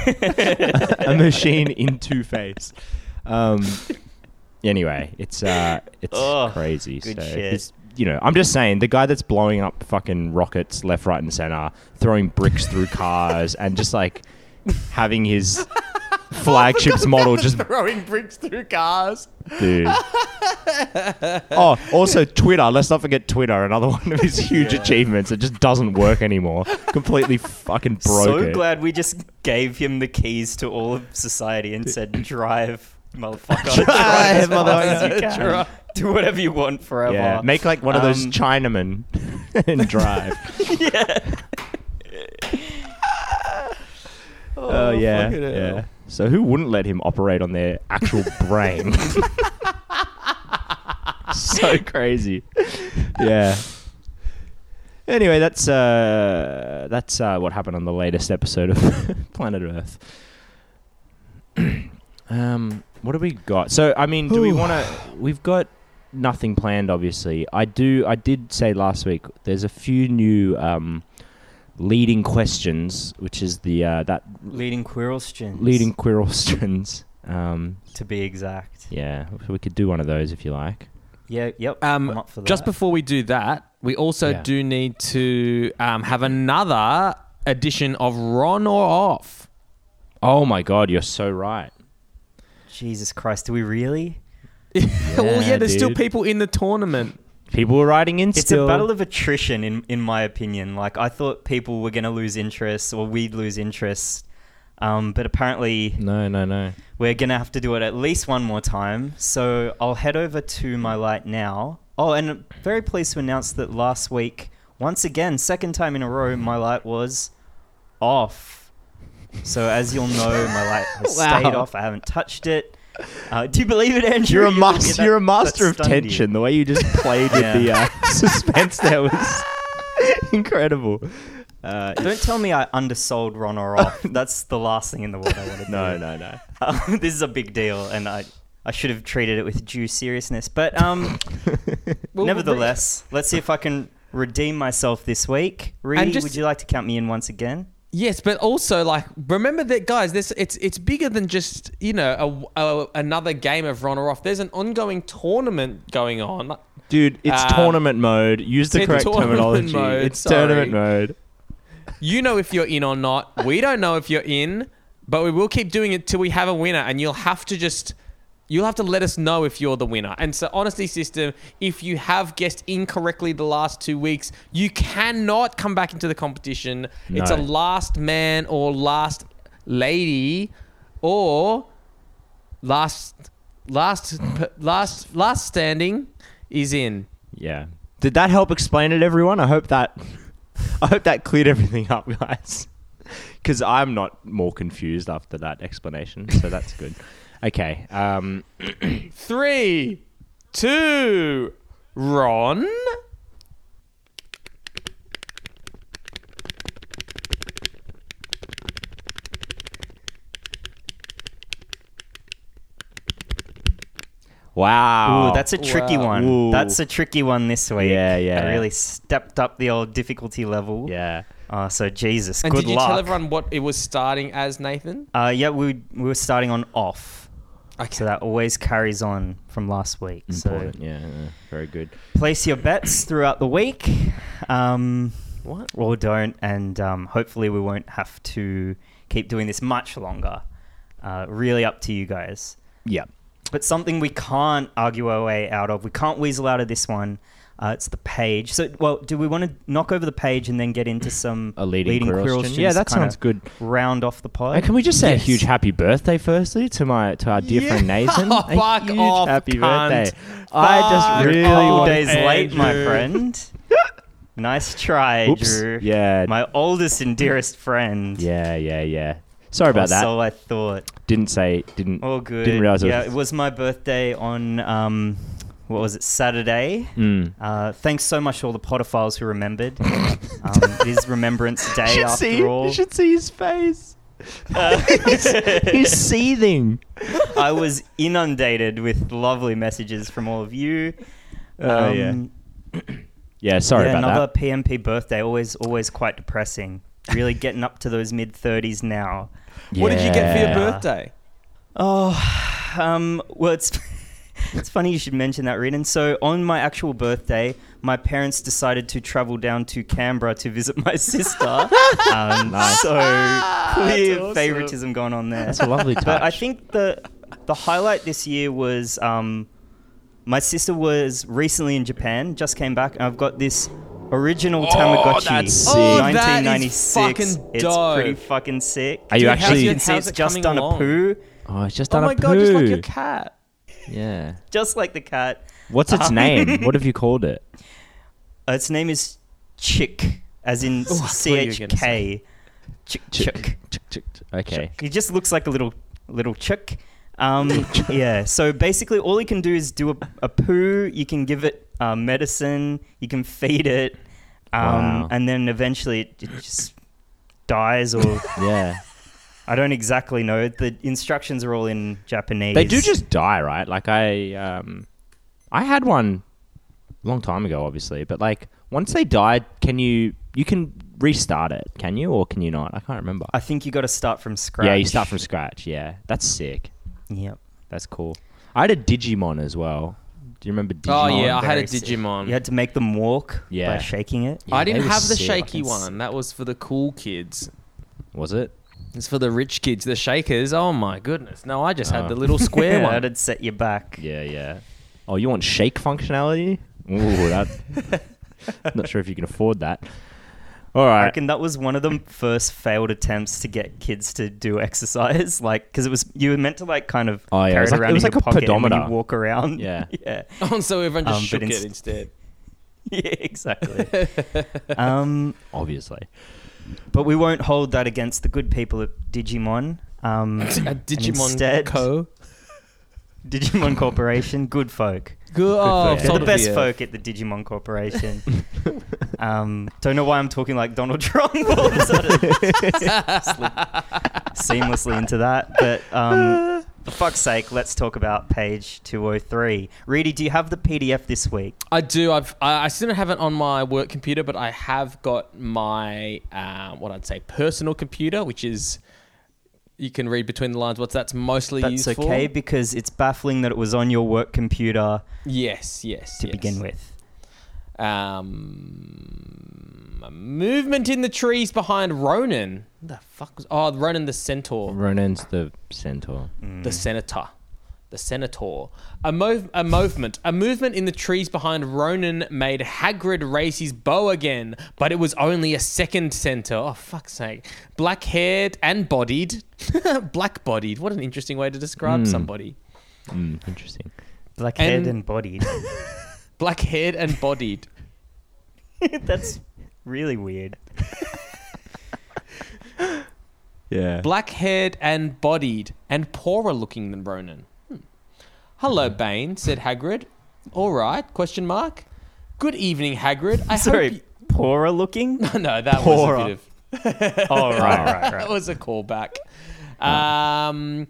E: a machine into face. Um, anyway, it's uh, it's
F: Ugh,
E: crazy.
F: good
E: so
F: shit.
E: it's- you know, I'm just saying the guy that's blowing up fucking rockets left, right, and center, throwing bricks through cars, and just like having his flagship's model just
D: Throwing bricks through cars.
E: dude. oh, also Twitter. Let's not forget Twitter, another one of his huge achievements. It just doesn't work anymore. Completely fucking broke
F: so
E: it.
F: glad we just gave him the keys to all of society and said, "Drive, motherfucker, drive as fast as you can. do whatever you want forever."
E: Yeah, make like one of those
F: Um,
E: Chinamen and drive. oh, yeah,
D: fucking hell.
E: yeah. So who wouldn't let him operate on their actual brain? so crazy. Yeah. Anyway, that's uh, that's uh, what happened on the latest episode of Planet Earth. um, what do we got? So I mean, do we want to? We've got nothing planned, obviously. I do. I did say last week. There's a few new um, leading questions, which is the uh, that
F: Leading questions.
E: leading questions. Um,
F: to be exact.
E: yeah, we could do one of those if you like.
F: Yeah. Yep. I'm
D: Um,
F: up for
D: just
F: that.
D: before we do that, we also
E: Yeah.
D: do need to um, have another edition of Ron or Off.
E: Oh my God, you're so right.
F: Jesus Christ, do we really?
D: well, Oh, yeah, there's still
E: dude.
D: people in the tournament.
E: People were writing in
F: It's
E: still.
F: a battle of attrition, in in my opinion. Like I thought people were gonna lose interest, or we'd lose interest, um, but apparently
E: no, no, no.
F: we're gonna have to do it at least one more time. So I'll head over to my light now. Oh, and I'm very pleased to announce that last week, once again, second time in a row, my light was off. So as you'll know, my light has
E: Wow.
F: stayed off. I haven't touched it. Uh, do you believe it, Andrew?
E: You're a
F: You look at
E: master.
F: that-
E: You're a
F: that
E: master of
F: stunned you.
E: tension. The way you just played
F: Yeah.
E: with the uh, suspense there was incredible. Uh,
F: Don't tell me I undersold Ron or off. That's the last thing in the world I want to do.
E: no, no, no.
F: Uh, this is a big deal, and I I should have treated it with due seriousness. But um, nevertheless, let's see if I can redeem myself this week. Reedy,
D: And just-
F: would you like to count me in once again?
D: Yes, but also like remember that guys, this it's it's bigger than just you know a, a, another game of Ron or Off. There's an ongoing tournament going on.
E: Dude, it's
D: Um,
E: tournament mode. Use the
D: it's
E: correct
D: tournament
E: terminology.
D: mode,
E: it's
D: sorry.
E: tournament mode.
D: You know if you're in or not. We don't know if you're in, but we will keep doing it till we have a winner, and you'll have to just. You'll have to let us know if you're the winner. And so, honesty system, if you have guessed incorrectly the last two weeks, you cannot come back into the competition. It's a
E: No.
D: last man or last lady or last last last last standing is in.
E: Yeah. Did that help explain it, everyone? I hope that I hope that cleared everything up, guys. Because I'm not more confused after that explanation, so that's good. Okay. Um,
D: Three, two, Ron.
E: wow.
F: Ooh, that's a tricky one.
E: Oh, Ooh.
F: That's a tricky one this week.
E: Yeah, yeah.
F: I really stepped up the old difficulty level.
E: yeah.
F: Uh, so Jesus,
D: And
F: good
D: did you
F: luck.
D: tell everyone what it was starting as, Nathan?
F: Uh, yeah, we we were starting on off.
D: Okay.
F: So that always carries on from last week. So
E: Important. yeah, yeah. Very good.
F: place your bets throughout the week. Um,
D: What?
F: Or don't, and um, hopefully we won't have to keep doing this much longer. Uh, really up to you guys.
E: Yeah.
F: But something we can't argue our way out of, we can't weasel out of this one. Uh, it's the page. So, well, do we want to knock over the page and then get into some
E: A leading question.
F: questions
E: Yeah,
F: to
E: that
F: kinda
E: sounds good.
F: Round off the pod.
E: And can we just say a
D: Yes.
E: huge happy birthday, firstly, to my to our dear
D: Yeah.
E: friend Nathan? A
D: Fuck
E: huge
D: off,
E: happy
D: cunt.
E: birthday! I just
D: Fuck
E: really
D: off,
F: all
E: want
F: days late, my
D: Andrew.
F: friend. nice try,
E: Oops.
F: Drew.
E: Yeah.
F: my oldest and dearest friend.
E: Yeah, yeah, yeah. Sorry
F: Or
E: about that.
F: Oh, So I thought.
E: didn't say. Didn't.
F: All good.
E: Didn't realize.
F: yeah,
E: it was,
F: my birthday on um, what was it Saturday?
E: Mm.
F: Uh, thanks so much to all the Potophiles who remembered. um, it is Remembrance
E: You
F: Day
E: should
F: after
E: see.
F: all. Uh,
E: You should see his face. he's, he's seething.
F: I was inundated with lovely messages from all of you. Um,
E: Oh, yeah. Yeah. Sorry
F: yeah,
E: about
F: another
E: that.
F: PMP birthday. Always, always quite depressing. Really getting up to those mid thirties now.
D: What did you get for your
E: Yeah.
D: birthday?
F: Oh, um, well, it's it's funny you should mention that, Reed. And so, on my actual birthday, my parents decided to travel down to Canberra to visit my sister. um, So clear favoritism going on there.
E: That's a lovely
F: But I
E: touch.
F: think the the highlight this year was um, my sister was recently in Japan, just came back, and I've got this original Tamagotchi.
E: that's sick.
D: Oh, that is
F: 1996.
D: fucking
F: it's
D: dope.
F: pretty fucking sick.
E: Are you
D: Dude, how's
E: actually?
F: You
D: your-
F: can see
D: how's
F: it's
D: it
F: just
D: coming
F: done a
D: along?
F: poo,
E: oh, it's just
D: Oh
E: done
D: my
E: a
D: god, just like
E: poo.
D: your cat.
E: Yeah.
F: just like the cat.
E: What's its
F: Um,
E: name? What have you called it?
F: Uh, its name is Chick, as in
D: Oh, I thought you
F: C
D: were gonna
F: H K. Chick, chick.
E: Chick, chick, chick. Okay.
F: He just looks like a little little chick. Um, yeah. So basically, all he can do is do a, a poo. You can give it uh, medicine. You can feed it, um,
E: Wow.
F: and then eventually it, it just dies. Or
E: Yeah.
F: I don't exactly know. The instructions are all in Japanese.
E: They do just die, right? Like I, um, I had one a long time ago, obviously, but like once they died, can you you can restart it? Can you or can you not? I can't remember.
F: I think you got to start from scratch.
E: Yeah, you start from scratch. Yeah, that's sick.
F: Yep.
E: That's cool. I had a Digimon as well. Do you remember
D: Oh,
E: Digimon?
D: yeah, I had a
F: very sick.
D: Digimon.
F: You had to make them walk
E: Yeah.
F: by shaking it.
D: I
E: they
D: didn't
E: were
D: have the
E: sick.
D: shaky one. That was for the cool kids.
E: Was it?
D: It's for the rich kids, the shakers. Oh my goodness! No, I just
E: Oh.
D: had the little square
F: Yeah,
D: one.
F: that'd set you back.
E: Yeah, yeah. Oh, you want shake functionality? Ooh, that. not sure if you can afford that. All
F: I
E: right.
F: reckon that was one of the first failed attempts to get kids to do exercise, like because it was you were meant to like kind of
E: Oh, yeah, it was
F: carry it
E: like-
F: around
E: it was
F: in your
E: like a
F: pocket and then
E: pedometer.
F: you walk around.
E: Yeah.
F: yeah,
D: Oh, so everyone just
F: Um, but
D: shook
F: inst-
D: it instead.
F: yeah, exactly. um,
E: Obviously.
F: but we won't hold that against the good people at Digimon. Um,
D: A
F: and
D: Digimon
F: instead-
D: Co.
F: Digimon Corporation, good folk.
D: Good. Oh,
E: you.
F: They're
D: salt
F: the
D: of
F: best
D: earth.
F: folk at the Digimon Corporation. um, don't know why I'm talking like Donald Trump all of a sudden. Slip seamlessly into that, but um, for fuck's sake, let's talk about page 203. Reedy, do you have the PDF this week?
D: I do. I've I I still don't have it on my work computer, but I have got my uh, what I'd say personal computer, which is you can read between the lines. What's that's mostly
F: That's
D: used
F: okay
D: for.
F: because it's baffling that it was on your work computer
D: Yes, yes.
F: to begin with.
D: Um, a movement in the trees behind Ronan. What the fuck was? Oh, Ronan the centaur.
E: Ronan's the centaur.
F: Mm. Hmm.
D: the senator, the senator. A, mov- a movement, a movement in the trees behind Ronan made Hagrid raise his bow again, but it was only a second center. Oh fuck's sake! Black-haired and bodied, black-bodied. What an interesting way to
F: Hmm.
D: describe somebody.
E: Mm, interesting.
F: Black head
D: And-
F: and bodied.
D: Black-haired and bodied.
F: That's really weird.
E: Yeah.
D: black-haired and bodied and poorer-looking than Ronan. Hmm.
F: Hmm.
D: Hello, Bane," said Hagrid. All right? Question mark. Good evening, Hagrid. I
F: Sorry,
D: hope
F: poorer looking?
D: you- no, that was a
F: Poorer.
D: bit of
F: Oh, right, right,
D: that
F: right.
D: was a callback. Um,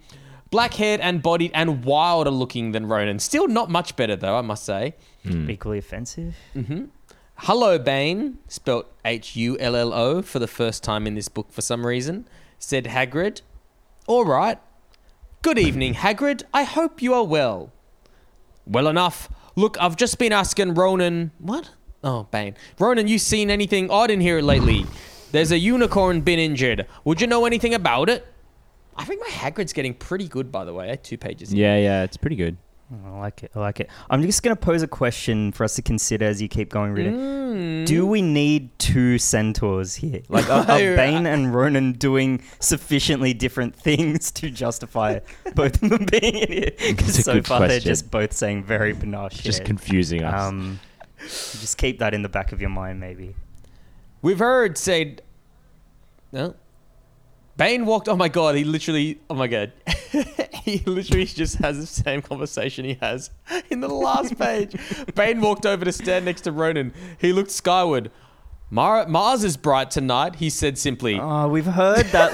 D: black haired and bodied and wilder looking than Ronan. Still not much better though, I must say.
F: Equally offensive.
D: Hello, Bane, spelt H U L L O for the first time in this book for some reason, said Hagrid. All right. Good evening, Hagrid. I hope you are well. Well enough. Look, I've just been asking Ronan. What? Oh, Bane. Ronan, you seen anything odd in here lately? There's a unicorn been injured. Would you know anything about it? I think my Hagrid's getting pretty good, by the way. Two pages. in.
E: Yeah, yeah. It's pretty good.
F: I like it. I like it. I'm just going to pose a question for us to consider as you keep going, Rita. Do we need two centaurs here? Like, are, are
D: No,
F: Bane and Ronan doing sufficiently different things to justify both of them being in here?
E: It's a
F: Because so
E: good
F: far they're
E: question.
F: just both saying very banal shit.
E: Just confusing us.
F: Um, just keep that in the back of your mind, maybe.
D: We've heard said. No. Bane walked. Oh my god! He literally. Oh my god! he literally just has the same conversation he has in the last page. Bane walked over to stand next to Ronan. He looked skyward. Mar- Mars is bright tonight. He said simply.
F: Oh, we've heard that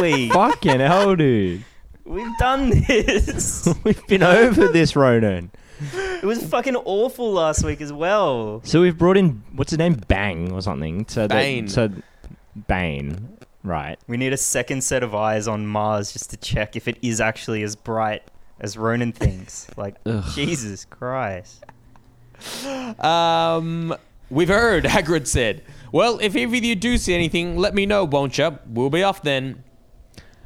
F: week.
E: Fucking hell, dude.
F: We've done this.
E: We've been over this, Ronan.
F: It was fucking awful last week as well.
E: So we've brought in what's his name, Bang or something. So that-
D: Bane.
E: so Bane, right?
F: We need a second set of eyes on Mars just to check if it is actually as bright as Ronan thinks. Like, Jesus Christ.
D: Um, we've heard. Hagrid said. Well, if either of you do see anything, let me know, won't you? We'll be off then.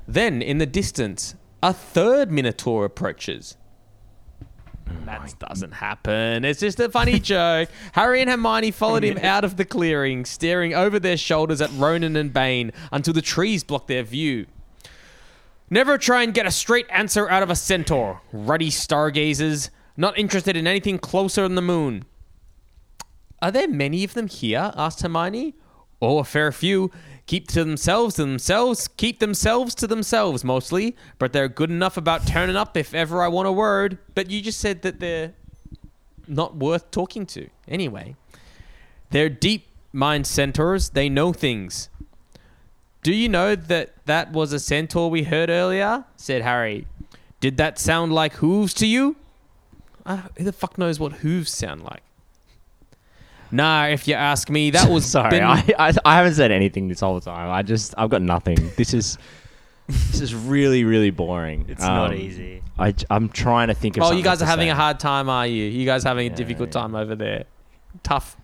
D: Then, in the distance, a third Minotaur approaches. That doesn't happen. It's just a funny joke. Harry and Hermione followed him out of the clearing, staring over their shoulders at Ronan and Bane until the trees blocked their view. Never try and get a straight answer out of a centaur. Ruddy stargazers, not interested in anything closer than the moon. Are there many of them here? asked Hermione. Oh, a fair few. Keep to themselves, to themselves, keep themselves to themselves mostly, but they're good enough about turning up if ever I want a word. But you just said that they're not worth talking to. Anyway, they're deep mind centaurs, they know things. Do you know that that was a centaur we heard earlier? said Harry. Did that sound like hooves to you? Uh, who the fuck knows what hooves sound like? Nah, if you ask me, that was
E: Sorry,
D: Ben-
E: I, I I haven't said anything this whole time. I just I've got nothing. This is this is really really boring. Um,
F: It's not easy.
E: I am trying to think of.
D: Oh, you
E: something
D: guys
E: to
D: are having
E: say.
D: a hard time, are you? You guys having a difficult time over there? Tough.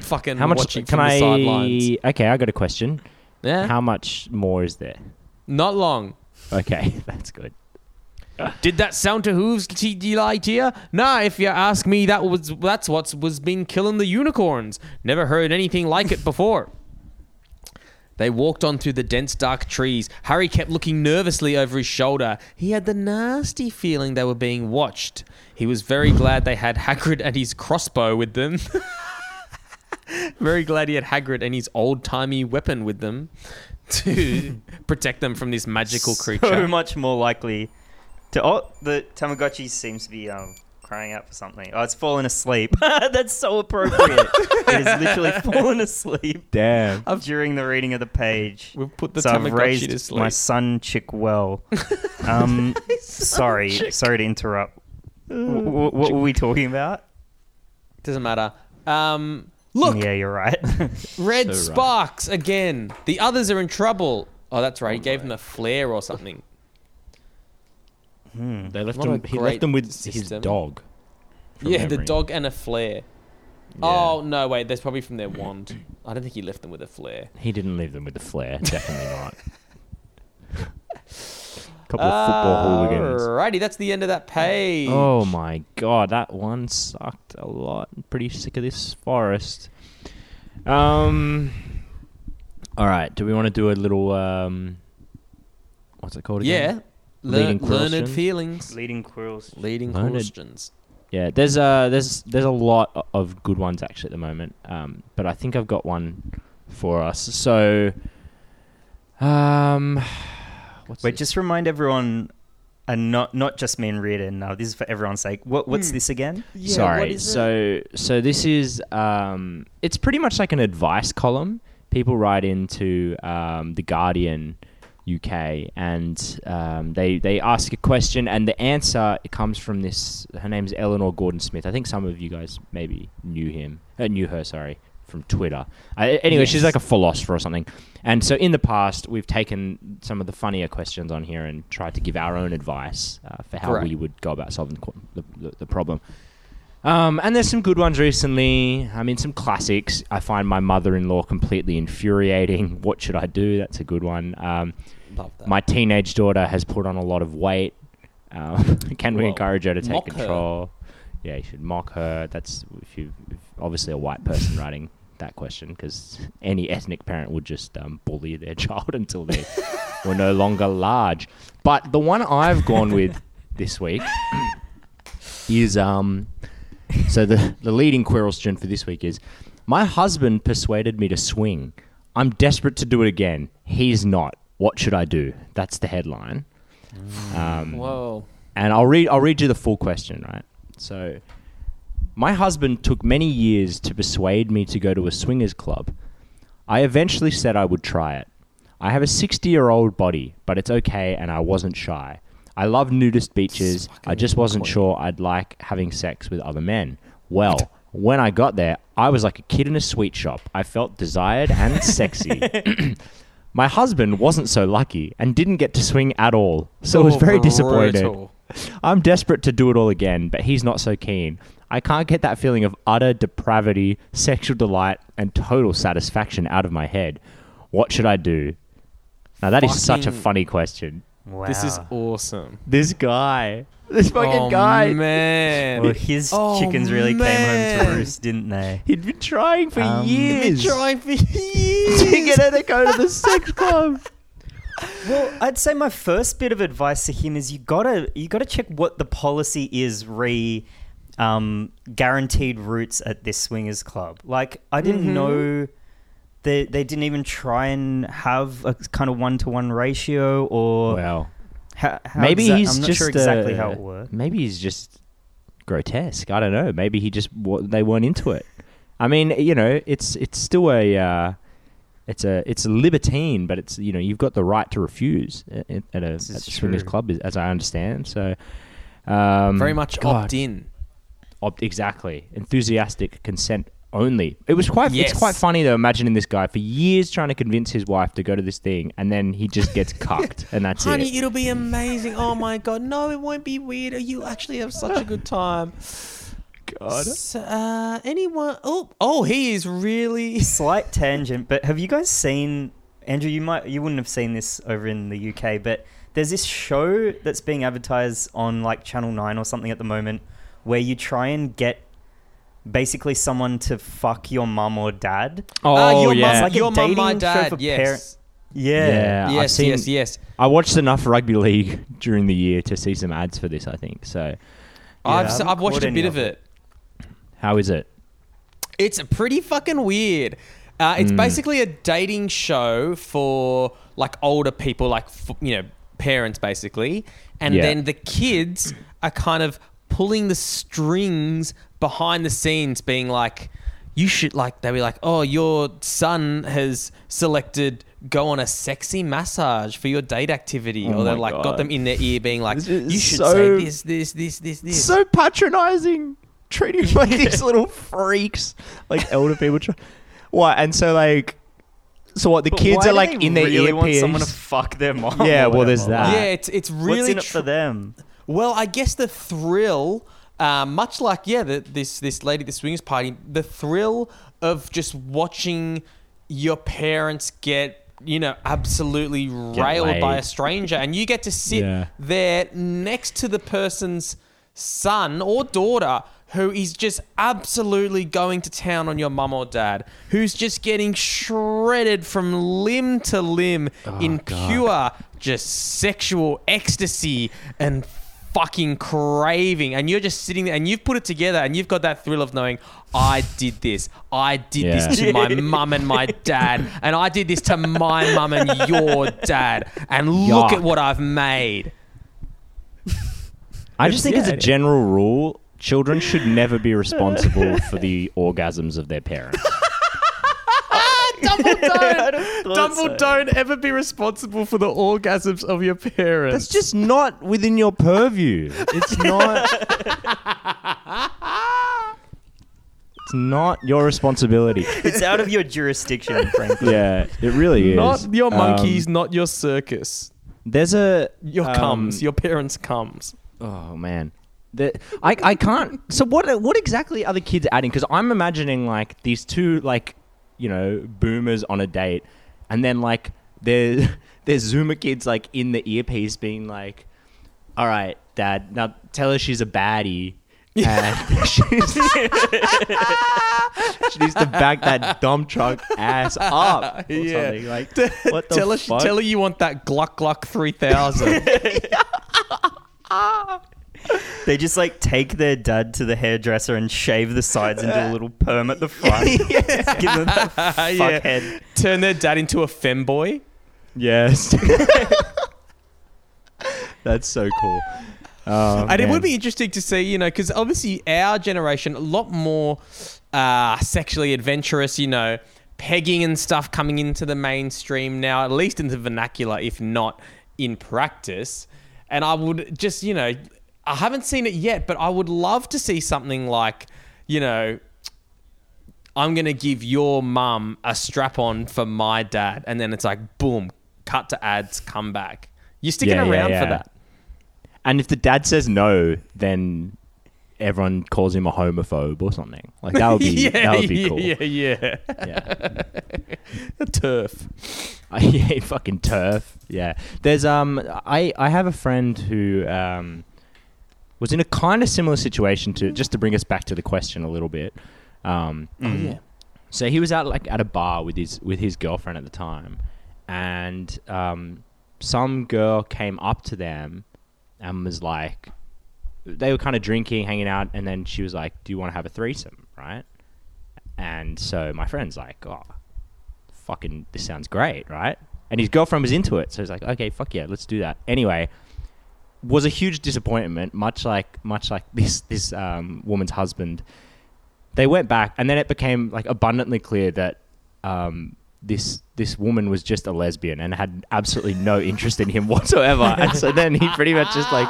D: Fucking
E: How much
D: watching
E: can
D: from the
E: I?
D: sidelines.
E: Okay, I got a question.
D: Yeah,
E: How much more is there?
D: not long.
E: Okay, that's good.
D: Did that sound to hooves, T- Eli dear? Nah, if you ask me, that was that's what's was been killing the unicorns. Never heard anything like it before. They walked on through the dense, dark trees. Harry kept looking nervously over his shoulder. He had the nasty feeling they were being watched. He was very glad they had Hagrid and his crossbow with them. very glad he had Hagrid and his old-timey weapon with them to protect them from this magical creature.
F: So much more likely to. Oh, the Tamagotchi seems to be um, crying out for something. Oh, it's fallen asleep. That's so appropriate. it has literally fallen asleep
E: Damn.
F: during the reading of the page.
D: We've put the
F: so I've
D: Tamagotchi
F: raised
D: to sleep.
F: my son chick well. Um, sorry, sorry to interrupt. W- w- what were we talking about?
D: Doesn't matter. Um, look,
F: Yeah, you're right.
D: red sparks again. The others are in trouble. Oh, that's right. He gave them a flare or something.
E: They left
D: Not a
E: him. He
D: great
E: left them with his
D: system.
E: dog. from
D: yeah, the
E: memory.
D: dog and a flare. Oh no, wait. That's probably from their wand. I don't think he left them with a flare.
E: He didn't leave them with the flare. Definitely not. Couple of football hooligans.
D: Alrighty, that's the end of that page.
E: Oh my god, that one sucked a lot. I'm pretty sick of this forest. Um. All right. Do we want to do a little um? What's it called
D: yeah.
E: again?
D: Lear-
E: Leading
D: learned
E: questions.
D: feelings.
F: Leading quills.
D: Leading
E: Learned-
D: questions.
E: Yeah. There's uh there's there's a lot of good ones actually at the moment. Um, but I think I've got one for us. So, um, what's
F: Wait,
E: this?
F: just remind everyone, and not not just me and Rita. No, this is for everyone's sake. What what's
D: Hmm.
F: this again?
D: Yeah, what
E: Sorry.
D: is it?
E: So so this is um, it's pretty much like an advice column. People write into um, the Guardian UK and um, they they ask a question and the answer comes from this. Her name's Eleanor Gordon Smith. I think some of you guys maybe knew him uh, knew her. Sorry. From Twitter. Uh, anyway, she's like a philosopher or something. And so in the past, we've taken some of the funnier questions on here and tried to give our own advice uh, for how
D: Correct.
E: we would go about solving the qu- the, the, the problem. Um, and there's some good ones recently. I mean, some classics. I find my mother-in-law completely infuriating. What should I do? That's a good one. Um,
D: Love that.
E: my teenage daughter has put on a lot of weight. Um, can we
D: Well,
E: encourage her to take
D: mock her.
E: control? Yeah, you should mock her. That's if you if obviously a white person writing that question because any ethnic parent would just um, bully their child until they were no longer large. But the one I've gone with this week is um so the the leading question for this week is my husband persuaded me to swing. I'm desperate to do it again. He's not. What should I do? That's the headline.
D: Whoa.
E: And I'll read I'll read you the full question, right? So my husband took many years to persuade me to go to a swingers club. I eventually said I would try it. I have a 60-year-old body, but it's okay and I wasn't shy. I love nudist beaches. I just wasn't sure I'd like having sex with other men. Well, when I got there, I was like a kid in a sweet shop. I felt desired and sexy. My husband wasn't so lucky and didn't get to swing at all, so I was very disappointed.
D: Oh, Brutal.
E: I'm desperate to do it all again, but he's not so keen. I can't get that feeling of utter depravity, sexual delight, and total satisfaction out of my head. What should I do? Now, that is such a
D: Fucking-
E: funny question.
F: Wow.
D: This
E: Ah.
D: is awesome.
E: This guy. This fucking
D: oh,
E: guy.
D: man.
F: well, his
D: Oh,
F: chickens really came home
D: man.
F: to roost, didn't they?
E: He'd been trying for
F: Um,
E: years
D: trying for years.
E: to get her to go to the sex club.
F: Well, I'd say my first bit of advice to him is you gotta you gotta check what the policy is re um, guaranteed routes at this swingers club. Like I didn't
D: Mm-hmm.
F: know they they didn't even try and have a kind of one to one ratio or
E: Well,
F: ho- how
E: maybe
F: exa-
E: he's
F: I'm not
E: just
F: sure exactly
E: uh,
F: how it worked.
E: Maybe he's just grotesque. I don't know. Maybe he just wa- they weren't into it. I mean, you know, it's it's still a uh, it's a it's a libertine, but it's you know you've got the right to refuse at, at a, at
F: This
E: the
F: is
E: swingers
F: true.
E: club, as I understand. So Um,
D: Very much
E: God,
D: opt in.
E: opt- exactly enthusiastic consent only it was quite
D: Yes.
E: it's quite funny though imagining this guy for years trying to convince his wife to go to this thing and then he just gets cucked and that's
D: Honey,
E: it
D: it'll be amazing. Oh my god, no, it won't be weird. You'll actually have such a good time. God. uh, anyone? Oh, oh, he is really.
F: Slight tangent, but have you guys seen Andrew? You might you wouldn't have seen this over in the UK, but there's this show that's being advertised on like Channel Nine or something at the moment, where you try and get basically someone to fuck your mum or dad.
E: oh
D: Ah, your
E: yeah
D: mum,
F: Like a
D: your mum, my
F: dating show
D: dad.
F: for
D: Yes.
F: parent- Yeah.
E: yeah I've
D: Yes,
E: seen-
D: yes, yes.
E: i watched enough rugby league during the year to see some ads for this i think so
D: I've,
F: I
D: s-
F: haven't
D: I've watched
F: caught
D: a
F: any
D: bit
F: of
D: of it.
E: how is it
D: It's pretty fucking weird. Uh,
E: Hmm.
D: it's basically a dating show for like older people, like f- you know, parents basically, and
E: Yeah.
D: then the kids are kind of pulling the strings behind the scenes, being like, "You should like." They'll be like, "Oh, your son has selected." Go on a sexy massage for your date activity,
E: Oh
D: or they
E: my
D: like got
E: God.
D: them in their ear, being like,
E: This is
D: "You should
E: so-
D: say this, this, this, this, this."
E: so patronizing treating like these little freaks like elder people try- what and so like so what the
F: But
E: kids
F: why
E: are
F: do
E: like
F: they
E: in their
F: really want
E: earpiece?
F: someone to fuck their mom.
E: Yeah,
F: or
E: well, there's
F: whatever.
E: that.
D: yeah, it's it's really
F: What's in it
D: tr-
F: for them?
D: Well, I guess the thrill, uh, much like yeah, the, this this lady, the swingers party, the thrill of just watching your parents get you know absolutely railed by
E: laid.
D: a stranger, and you get to sit
E: Yeah.
D: there next to the person's son or daughter who is just absolutely going to town on your mum or dad, who's just getting shredded from limb to limb
E: Oh,
D: in pure just sexual ecstasy and fucking craving and you're just sitting there and you've put it together and you've got that thrill of knowing I did this. I did this to
E: Yeah.
D: my mum and my dad and I did this to my mum and your dad and look at
E: Yuck.
D: what I've made.
E: I just think as
D: yeah,
E: a
D: it-
E: general rule, children should never be responsible for the orgasms of their parents.
D: Dumble don't,
F: thought
D: Dumble
F: so.
D: don't ever be responsible for the orgasms of your parents.
E: That's just not within your purview. It's not. it's not your responsibility.
F: It's out of your jurisdiction, frankly.
E: Yeah, it really is.
D: not your
E: Um,
D: monkeys, not your circus.
E: there's a
D: Your
E: um,
D: cums, your parents' cums.
E: Oh man, the, I I can't. So what what exactly are the kids adding? Because I'm imagining like these two like you know boomers on a date, and then like there's there's Zoomer kids like in the earpiece being like, "All right, Dad, now tell her she's a baddie." And she's, she needs to back that dumb truck ass up. Or
D: Yeah.
E: something. Like, what the
D: tell her,
E: fuck?
D: tell her you want that Gluck Gluck three thousand.
F: They just like take their dad to the hairdresser and shave the sides into a
E: Uh,
F: little perm at the front. Give them that fuckhead.
D: Yeah. Turn their dad into a femboy.
E: Yes. That's so cool. Oh,
D: and it
E: man.
D: would be interesting to see, you know, because obviously our generation a lot more uh, sexually adventurous, you know, pegging and stuff coming into the mainstream now, at least in the vernacular, if not in practice. And I would just, you know, I haven't seen it yet, but I would love to see something like, you know, I'm going to give your mum a strap on for my dad. And then it's like, boom, cut to ads, come back. You're sticking
E: Yeah, yeah,
D: around
E: yeah.
D: for that.
E: And if the dad says no, then everyone calls him a homophobe or something. Like that would be that would be cool.
D: Yeah, yeah.
E: Yeah.
D: Turf.
E: yeah, fucking turf. Yeah. There's um I I have a friend who um was in a kind of similar situation to just to bring us back to the question a little bit. Um
D: yeah.
E: so he was out like at a bar with his with his girlfriend at the time, and um, some girl came up to them and was like, they were kind of drinking, hanging out, and then she was like, "Do you want to have a threesome?" Right? And so my friend's like, "Oh, fucking, this sounds great, right?" And his girlfriend was into it, so he's like, "Okay, fuck yeah, let's do that." Anyway, was a huge disappointment, much like much like this this um, woman's husband. They went back, and then it became like abundantly clear that um, this this woman was just a lesbian and had absolutely no interest in him whatsoever. And so then he pretty much just like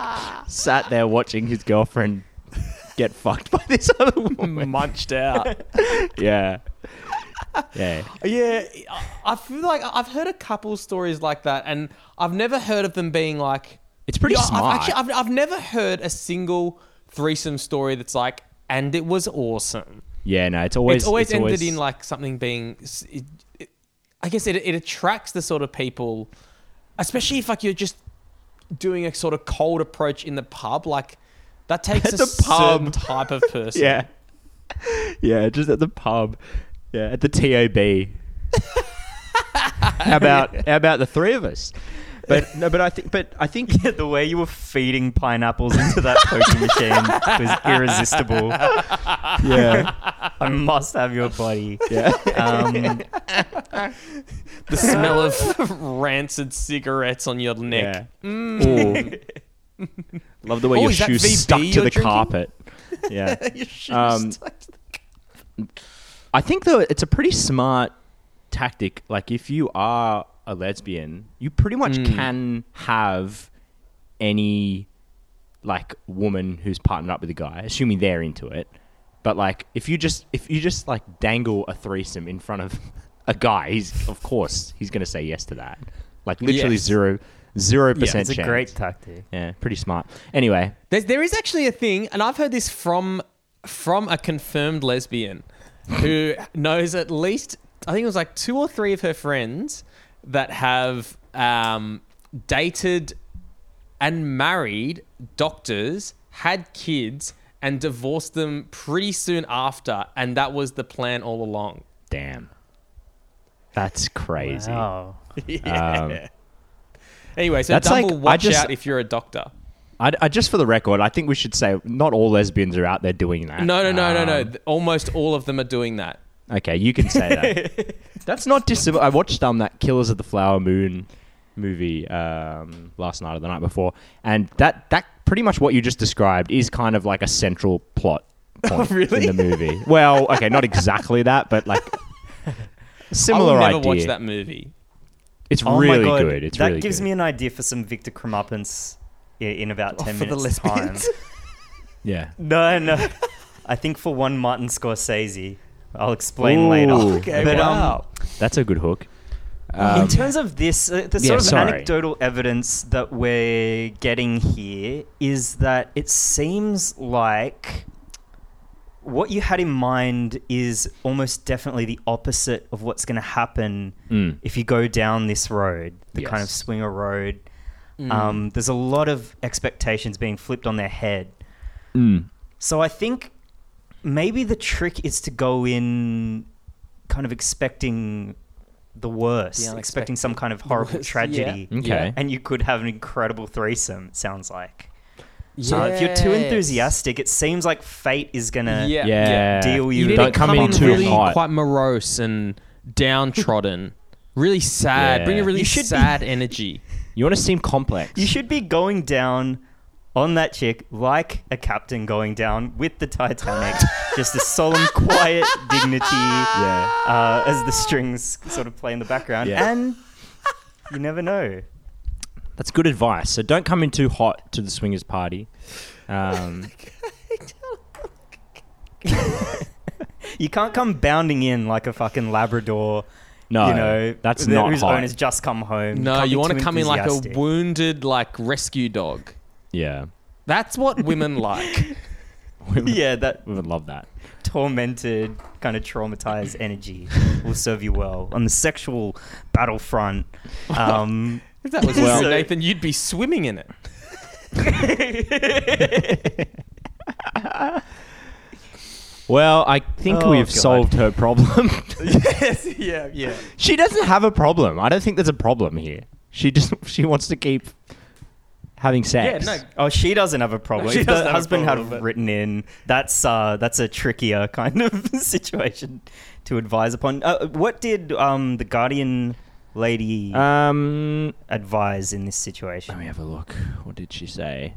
E: sat there watching his girlfriend get fucked by this other woman.
D: munched out.
E: Yeah. Yeah.
D: Yeah, I- I feel like I've heard a couple stories like that, and I've never heard of them being like.
E: It's pretty
D: I've-
E: smart.
D: I've, actually, I've, I've never heard a single threesome story that's like, and it was awesome.
E: Yeah, no, it's always
D: it's always ended in like something being. s- It, it, I guess it, it attracts the sort of people, especially if like you're just doing a sort of cold approach in the pub, like. That takes
E: At
D: a
E: the
D: certain
E: pub.
D: type of person.
E: Yeah. Yeah, just at the pub. Yeah, at the TOB. how about how about the three of us? But no, but I think but I think
F: the way you were feeding pineapples into that poker machine was irresistible.
E: yeah.
F: I must have your body.
E: Yeah.
F: Um,
D: The smell of rancid cigarettes on your neck.
E: Yeah. Ooh. Love the way
D: Mm. Oh,
E: your
D: is that
E: shoes
D: VB
E: stuck to the
D: you're drinking?
E: carpet. Yeah.
D: Your shoes
E: Um,
D: stuck to the
E: I think though it's a pretty smart tactic. Like if you are a lesbian, you pretty much
F: Hmm.
E: can have any like woman who's partnered up with a guy, assuming they're into it. But like if you just if you just like dangle a threesome in front of a guy, he's of course he's gonna say yes to that. Like literally
D: Yes.
E: zero zero percent
F: it's a
E: chance.
F: great tactic.
E: yeah, pretty smart. Anyway,
D: There's, there is actually a thing, and I've heard this from from a confirmed lesbian who knows at least I think it was like two or three of her friends that have um, dated and married doctors, had kids, and divorced them pretty soon after, and that was the plan all along.
E: damn. That's crazy.
F: Oh.
D: Anyway, so
E: That's
D: double
E: like- I
D: watch
E: just-
D: out if you're a doctor.
E: I, I- just for the record, I think we should say not all lesbians are out there doing that.
D: No, no, no, no, no. Almost all of them are doing that.
E: Okay, you can say that. That's not dissimilar. I watched um that Killers of the Flower Moon movie um last night or the night before, and that that pretty much what you just described is kind of like a central plot point
D: Oh, really?
E: in the movie. well, okay, not exactly that, but like
D: I will
E: similar
D: never
E: idea.
D: watch that movie.
E: It's
F: Oh
E: really
F: my god,
E: good. It's
F: that
E: really
F: gives
E: good. Oh,
F: me an idea for some Victor Crummupins i- in about ten
D: for the
F: minutes. time.
D: lesbians?
E: yeah.
F: No, no. I think for one Martin Scorsese, I'll explain
E: Ooh,
F: later.
E: Okay,
F: but
D: wow.
F: um,
E: That's a good hook. Um,
F: in terms of this, uh, the
E: Yeah,
F: sort of
E: sorry.
F: anecdotal evidence that we're getting here is that it seems like what you had in mind is almost definitely the opposite of what's going to happen
E: Mm.
F: if you go down this road, the kind of
E: Yes.
F: swinger road. Um, there's a lot of expectations being flipped on their head.
E: Mm.
F: So I think maybe the trick is to go in kind of expecting the worst,
D: The
F: expecting some kind of horrible tragedy.
E: Okay.
F: And you could have an incredible threesome, it sounds like. So if you're too enthusiastic, it seems like fate is going to.
D: Yeah.
E: Yeah.
F: Deal
D: You
F: you
D: need to
E: Don't come
D: come
E: in
D: in
E: too
D: really
E: hot.
D: quite morose and downtrodden, really sad.
E: Yeah.
D: Bring a really
F: You should be-
D: sad energy.
E: You want to seem complex.
F: You should be going down on that chick like a captain going down with the Titanic. Just a solemn, quiet dignity
E: Yeah.
F: uh, as the strings sort of play in the background.
E: Yeah.
F: And you never know.
E: That's good advice. So don't come in too hot to the swingers party. Um,
F: You can't come bounding in like a fucking Labrador.
E: no,
F: you know,
E: that's
F: th-
E: not
F: whose
E: hot.
F: owner's just come home.
D: No,
F: Can't
D: you
F: be
D: want to
F: too
D: come in like a
F: enthusiastic.
D: wounded, like rescue dog.
E: yeah,
D: That's what women like.
F: yeah, that
E: we would love that.
F: tormented, kind of traumatized energy will serve you well on the sexual battlefront. Um,
D: If that was
F: Well-
D: true, Nathan, you'd be swimming in it.
E: Well, I think
F: Oh,
E: we've
F: God.
E: solved her problem.
D: yes, yeah, yeah.
E: she doesn't have a problem. I don't think there's a problem here. She just she wants to keep having
D: Yeah,
E: sex.
D: no.
F: oh, she doesn't have a problem.
D: She
F: if
D: doesn't
F: the
D: have a
F: husband
D: problem,
F: had
D: but-
F: written in, that's uh, that's a trickier kind of situation to advise upon. Uh, what did um, the Guardian lady
E: Um,
F: advise in this situation?
E: let me have a look. What did she say?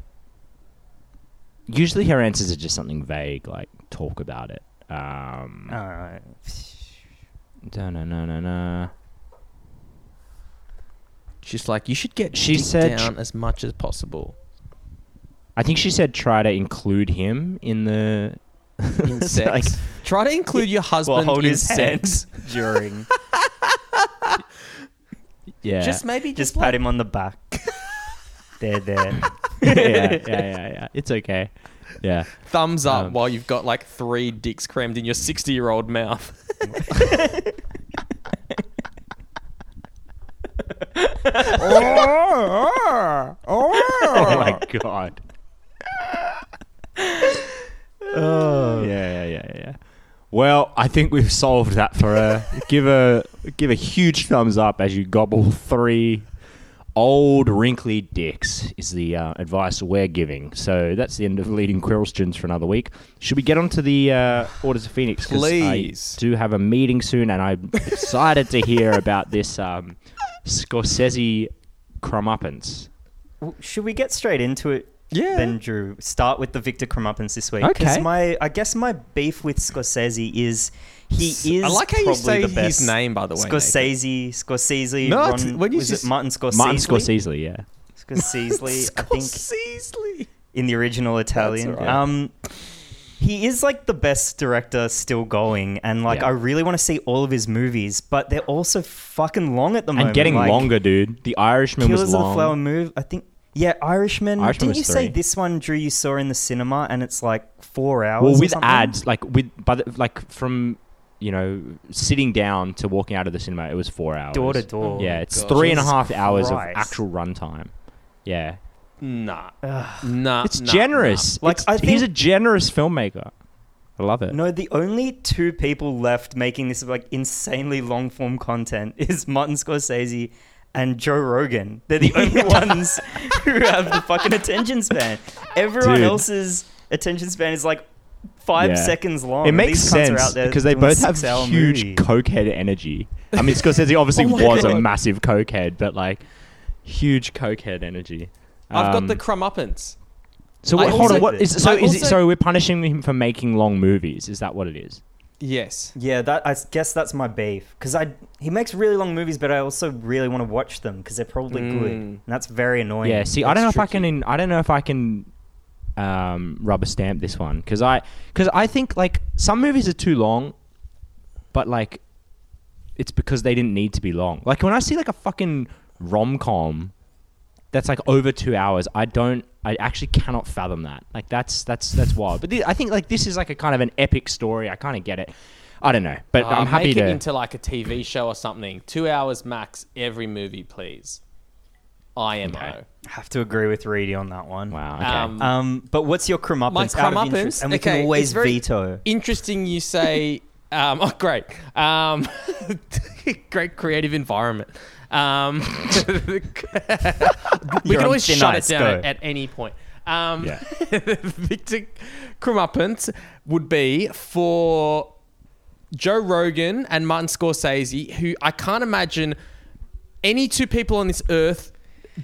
E: Usually, her answers are just something vague, like talk about it. Um,
F: Alright.
E: No, no, no, no, no.
D: She's like, you should get
E: She
D: she
E: said-
D: down as much as possible.
E: I think she said try to include him in the
D: In sex.
E: like-
D: Try to include your
F: Well,
D: husband
F: hold
D: in
F: his
D: sex.
F: sex during.
E: yeah.
D: Just maybe just,
F: Just pat
D: like,
F: him on the back. there, there.
E: yeah, yeah, yeah, yeah. It's okay. Yeah.
D: thumbs up
E: Um,
D: while you've got like three dicks crammed in your 60 year old mouth.
E: Oh my god. oh. Yeah, yeah, yeah, yeah. Well, I think we've solved that for her. give a give a huge thumbs up as you gobble three old wrinkly dicks is the uh, advice we're giving. So that's the end of leading questions for another week. Should we get on to the uh, Orders of Phoenix? 'Cause
D: Please.
E: I do have a meeting soon, and I'm excited to hear about this um, Scorsese crumuppance.
F: W- Should we get straight into it?
D: Yeah.
F: Then Drew, start with the Victor Crumuppins this week.
E: Okay.
F: my, I guess my beef with Scorsese is he is.
D: I like how you
F: probably
D: say
F: the
D: his
F: best.
D: name, by the way,
F: Scorsese, Scorsese.
D: No, it's-
F: Ron,
D: when you
F: was
D: just-
F: it Martin Scorsese?
E: Martin Scorsese, yeah.
F: Scorsese. I think
D: Scorsese.
F: in the original Italian.
D: all right.
F: Um, he is like the best director still going, and like
E: Yeah.
F: I really want to see all of his movies, but they're also fucking long at the moment.
E: and getting
F: like,
E: longer, dude. The Irishman
F: Killers
E: was
F: of the Flower
E: long.
F: Moon. I think. Yeah, Irishman.
E: Irishman
F: Didn't
E: was
F: you say
E: three.
F: this one, Drew? You saw in the cinema, and it's like four hours.
E: Well,
F: or
E: with
F: something?
E: ads, like with by the, like from you know sitting down to walking out of the cinema, it was four hours.
F: door to door.
E: Yeah, it's
D: God.
E: three and a
D: Jesus
E: half hours
F: Christ.
E: of actual runtime. Yeah,
D: Nah. Nah.
E: it's
D: nah,
E: generous.
F: Like,
E: It's-
F: I
E: he's a
F: think-
E: generous filmmaker. I love it.
F: No, the only two people left making this like insanely long form content is Martin Scorsese and Joe Rogan. They're the only ones who have the fucking attention span. Everyone
E: Dude.
F: else's attention span is like five
E: Yeah.
F: seconds long.
E: It
F: and
E: makes
F: these cunts are
E: sense
F: out there
E: because they
F: doing a
E: both have
F: six-hour
E: huge
F: movie.
E: cokehead energy. I mean, Scorsese obviously
D: Oh my
E: was a
D: God.
E: massive cokehead, but like huge cokehead energy.
D: nah. I've
E: Um,
D: got the crumbuppins.
E: So
D: I
E: what, hold
D: also-
E: on. What is so?
D: I
E: Is it
D: also-
E: so? We're punishing him for making long movies. Is that what it is?
D: Yes.
F: Yeah, that I s- guess that's my beef because I he makes really long movies, but I also really want to watch them because they're probably good,
D: Mm.
F: and that's very annoying.
E: Yeah. See, I
F: That's
E: don't know if I
F: tricky.
E: can. In, I don't know if I can um, rubber stamp this one because I because I think like some movies are too long, but like it's because they didn't need to be long. Like when I see like a fucking rom com that's like over two hours, I don't. I actually cannot fathom that. Like that's that's that's wild. But thi- I think like this is like a kind of an epic story. I kind of get it. I don't know, but
D: Uh,
E: I'm happy
D: make
E: to
D: it into like a TV show or something. Two hours max every movie, please. IMO.
E: Okay.
F: have to agree with Reedy on that one.
E: Wow. Oh, Okay.
D: Um,
F: Um, but what's your crumuppins?
D: my
F: out of
D: crumbuppins.
F: interest? and we
D: okay,
F: can always
D: it's very
F: veto.
D: Interesting, you say. um, oh, great. Um, great creative environment. Um, we
F: You're
D: can
F: on
D: always
F: thin
D: shut
F: ice,
D: it down
F: go.
D: at, at any point. Um,
E: Yeah.
D: Victor Crumuppance would be for Joe Rogan and Martin Scorsese, who I can't imagine any two people on this earth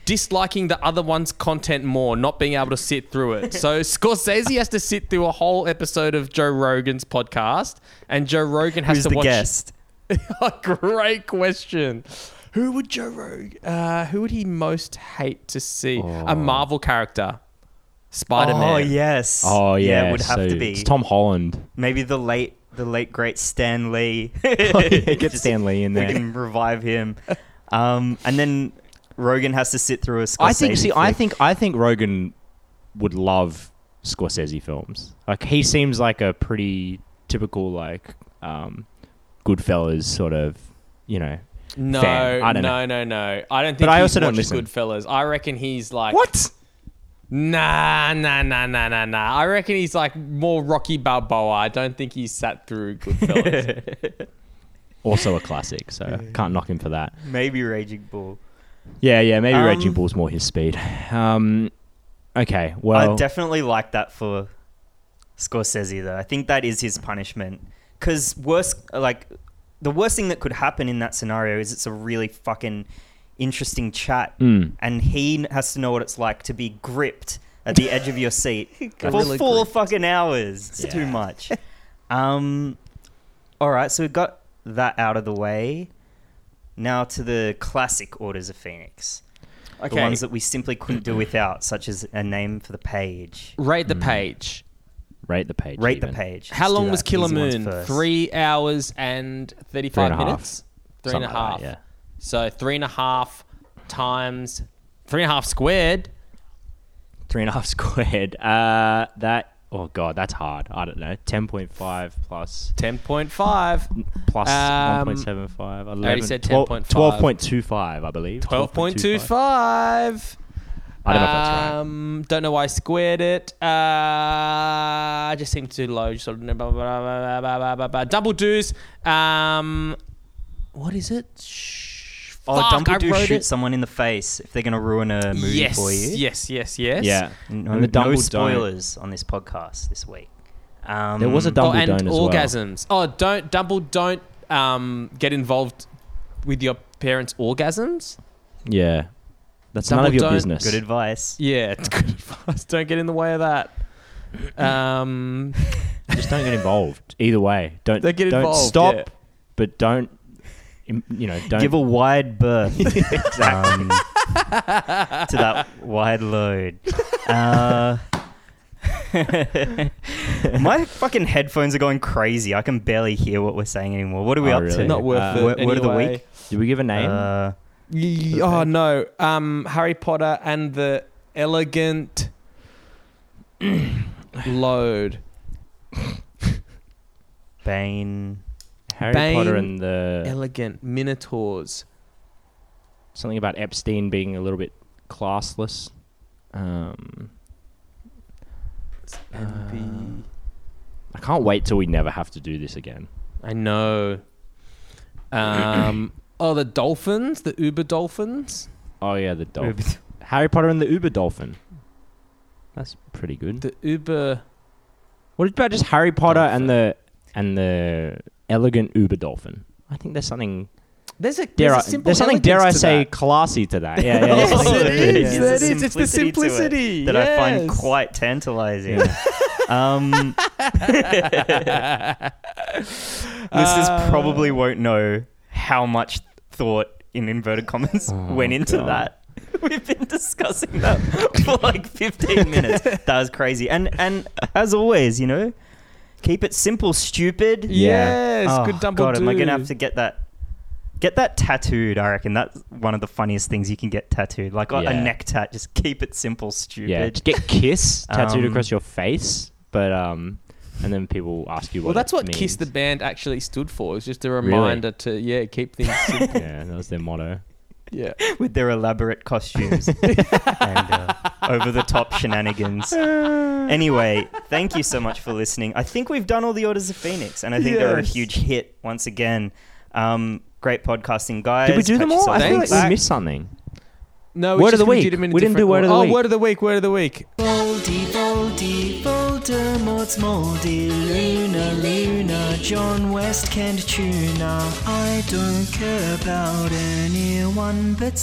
D: disliking the other one's content more, not being able to sit through it. So Scorsese has to sit through a whole episode of Joe Rogan's podcast, and Joe Rogan has
F: Who's
D: to
F: the
D: watch.
F: guest?
D: Great question. Who would Joe Rogan? Uh, who would he most hate to see?
E: Oh.
D: A Marvel character, Spider Man.
F: Oh yes.
E: Oh yeah,
F: it would have
E: so
F: to be
E: It's Tom Holland.
F: maybe the late, the late great Stan Lee.
E: Oh, Get Stan Lee in
F: we
E: there.
F: can revive him, um, and then Rogan has to sit through a. Scorsese
E: I think. See, I
F: flick.
E: think. I think Rogan would love Scorsese films. Like he seems like a pretty typical like um, Goodfellas sort of, you know.
D: No,
E: fan. I don't
D: no, no,
E: know.
D: no. I don't think.
E: But I
D: he's
E: also don't
D: watched
E: listen.
D: Goodfellas. I reckon he's like
E: What?
D: Nah, nah, nah, nah, nah, nah. I reckon he's like more Rocky Balboa. I don't think he sat through Goodfellas.
E: Also a classic, so can't knock him for that.
F: maybe Raging Bull.
E: Yeah, yeah. Maybe
F: Um,
E: Reggie Bull's more his speed. Um, okay. Well,
F: I definitely like that for Scorsese though. I think that is his punishment. Because worst, like the worst thing that could happen in that scenario is it's a really fucking interesting chat,
E: Mm.
F: and he n- has to know what it's like to be gripped at the edge of your seat for four fucking hours. It's too much. Um, all right, so we got that out of the way. Now to the classic Orders of Phoenix. The
D: Okay.
F: ones that we simply couldn't do without, such as a name for the page.
D: Rate the page.
E: Rate the page.
F: Rate
E: even.
F: the page.
D: How
F: Let's do
D: long was
F: that.
D: Killer
F: Easy ones
D: Moon?
F: first.
D: Three hours and
E: Three
D: thirty-five
E: and a half.
D: minutes. Three and a
E: Something like
D: half.
E: that,
D: So three and a half times three and a half squared.
E: Three and a half squared. Uh, that. Oh god, that's hard. I don't know. Ten point five plus
D: Ten point five.
E: plus
D: Um,
E: one point seven five. I
D: already said 10.5.
E: Twelve point two five, I believe.
D: Twelve point two
E: 12.25.
D: five.
E: I don't know if that's right.
D: um, Don't know why I squared it. Uh, I just seemed too low. Just sort of blah, blah, blah, blah, blah, blah, blah, blah. double dues. Um, what is it? Shh,
F: Oh,
D: fuck, I
F: Dumbledore
D: wrote
F: shoot
D: it.
F: someone in the face if they're going to ruin a movie
D: yes,
F: for you.
D: yes, yes, yes.
E: Yeah.
F: No,
E: and the
F: no
E: Dumble Don't.
F: spoilers on this podcast this week. Um,
E: There was a Dumble
D: oh, and
E: Don't as well.
D: orgasms. Oh, don't double. Don't um, get involved with your parents' orgasms.
E: Yeah. That's
D: Dumble
E: none of your
D: Don't.
E: business.
F: good advice.
D: Yeah, it's good advice. Don't get in the way of that. Um,
E: Just don't get involved. Either way, don't
D: Don't get
E: don't
D: involved,
E: Stop,
D: yeah.
E: but don't. im- You know, don't
F: Give a wide berth um, to that wide load. Uh, my fucking headphones are going crazy. I can barely hear what we're saying anymore. What are we
E: Oh,
F: up
E: really?
F: to?
D: not worth
E: Uh,
D: it.
F: Word, word of the
D: anyway.
F: week.
E: Did we give a name?
F: Uh,
D: Y- Oh no, um, Harry Potter and the Elegant Load.
F: Bane.
E: Harry
D: Bane-
E: Potter and the
D: Elegant Minotaurs.
E: something about Epstein being a little bit classless. Um,
D: Envy.
E: uh, I can't wait till we never have to do this again.
D: I know. Um, oh, the dolphins, the Uber dolphins,
E: Oh yeah, the dolphin. Harry Potter and the Uber Dolphin. That's pretty good.
D: the Uber.
E: What about just Harry Potter and the and the elegant Uber Dolphin? I think there's something
D: There's a
E: dare
D: there's, a
E: I,
D: simple
E: there's something dare I
D: elegance to
E: say
D: that.
E: classy to that. Yeah, yeah, yeah.
D: Yes, it is.
F: Yeah.
D: That is. It's the
F: to
D: simplicity.
F: it that I find
D: Yes.
F: quite tantalizing. um, listeners
D: Uh,
F: probably won't know how much thought in inverted commas
D: Oh,
F: went into
E: God.
F: that. We've been discussing that for like 15 minutes. That was crazy. And and as always, you know, keep it simple, stupid.
D: Yes,
F: Oh,
D: good Dumbledore.
F: God, am I gonna have to get that? Get that tattooed. I reckon that's one of the funniest things you can get tattooed, like a-
E: Yeah.
F: a neck tat. Just keep it simple, stupid.
E: Yeah, just get kiss tattooed
F: Um,
E: across your face, but um, and then people ask you what.
D: Well, that's
E: it
D: what Kiss
E: means.
D: the band actually stood for. It's just a reminder to yeah keep things simple.
E: Yeah, that was their motto.
D: yeah.
F: with their elaborate costumes and uh, over the top shenanigans.
D: Uh,
F: Anyway, thank you so much for listening. I think we've done all the orders of Phoenix, and I think they're a
D: Yes.
F: huge hit once again. Um, great podcasting, guys.
E: Did we do
F: Pat
E: them all? I
F: yourself
E: feel
D: Thanks.
E: like we missed something.
D: No,
E: Word
D: we
E: of the week.
D: Did them in a
E: We didn't do
D: different
E: word of the
D: order.
E: week. Oh,
D: Oh, word of the week. Word of the week.
F: Boldy, Boldy, Voldemort's moldy, Luna, Luna, John West canned tuna. I don't care about anyone but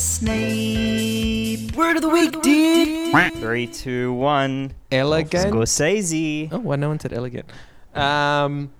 F: Snape. Word of the week, dude. Three, two, one.
D: Elegant.
F: Scorsese.
D: Oh, why no one said elegant? Um,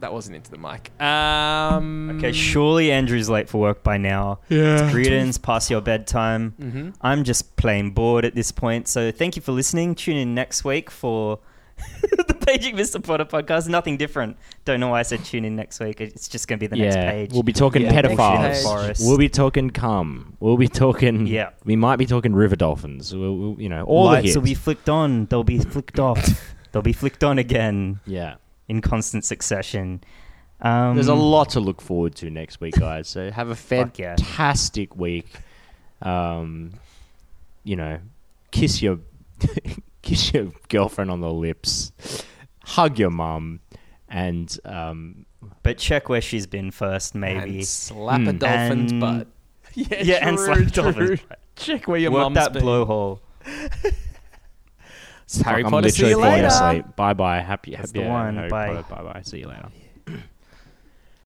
D: that wasn't into the mic. Um,
F: Okay, surely Andrew's late for work by now.
D: Yeah.
F: It's greetings, past your bedtime.
E: Mm-hmm.
F: I'm just plain bored at this point. So thank you for listening. Tune in next week for the Paging Mr. Potter podcast. Nothing different. Don't know why I said tune in next week. It's just going to be the next
E: yeah,
F: page.
E: we'll be talking
D: Yeah, next page.
E: pedophiles. We'll be talking cum. We'll be talking.
F: Yeah.
E: we might be talking river dolphins. We'll, we'll- you know, all the
F: Lights
E: hits.
F: will be flicked on. They'll be flicked off. They'll be flicked on again
E: yeah,
F: in constant succession. Um,
E: there's a lot to look forward to next week, guys. So have a
F: Fuck yeah.
E: fantastic week. Um, you know, kiss your kiss your girlfriend on the lips, hug your mum, and um,
F: But check where she's been first, maybe.
D: And slap a
E: Mm.
D: dolphin's
F: Hmm, And-
D: butt. Yeah,
F: yeah, and slap a
D: true.
F: dolphin's butt.
D: Check where your
F: Work
D: mum's
F: that
D: been.
F: blowhole.
D: Harry
E: fuck, I'm
D: Potter. See you
E: literally falling
D: later.
E: asleep. Bye bye. Happy
F: That's
E: happy
F: the one.
E: Harry
F: Bye.
E: Potter. Bye bye. See you later.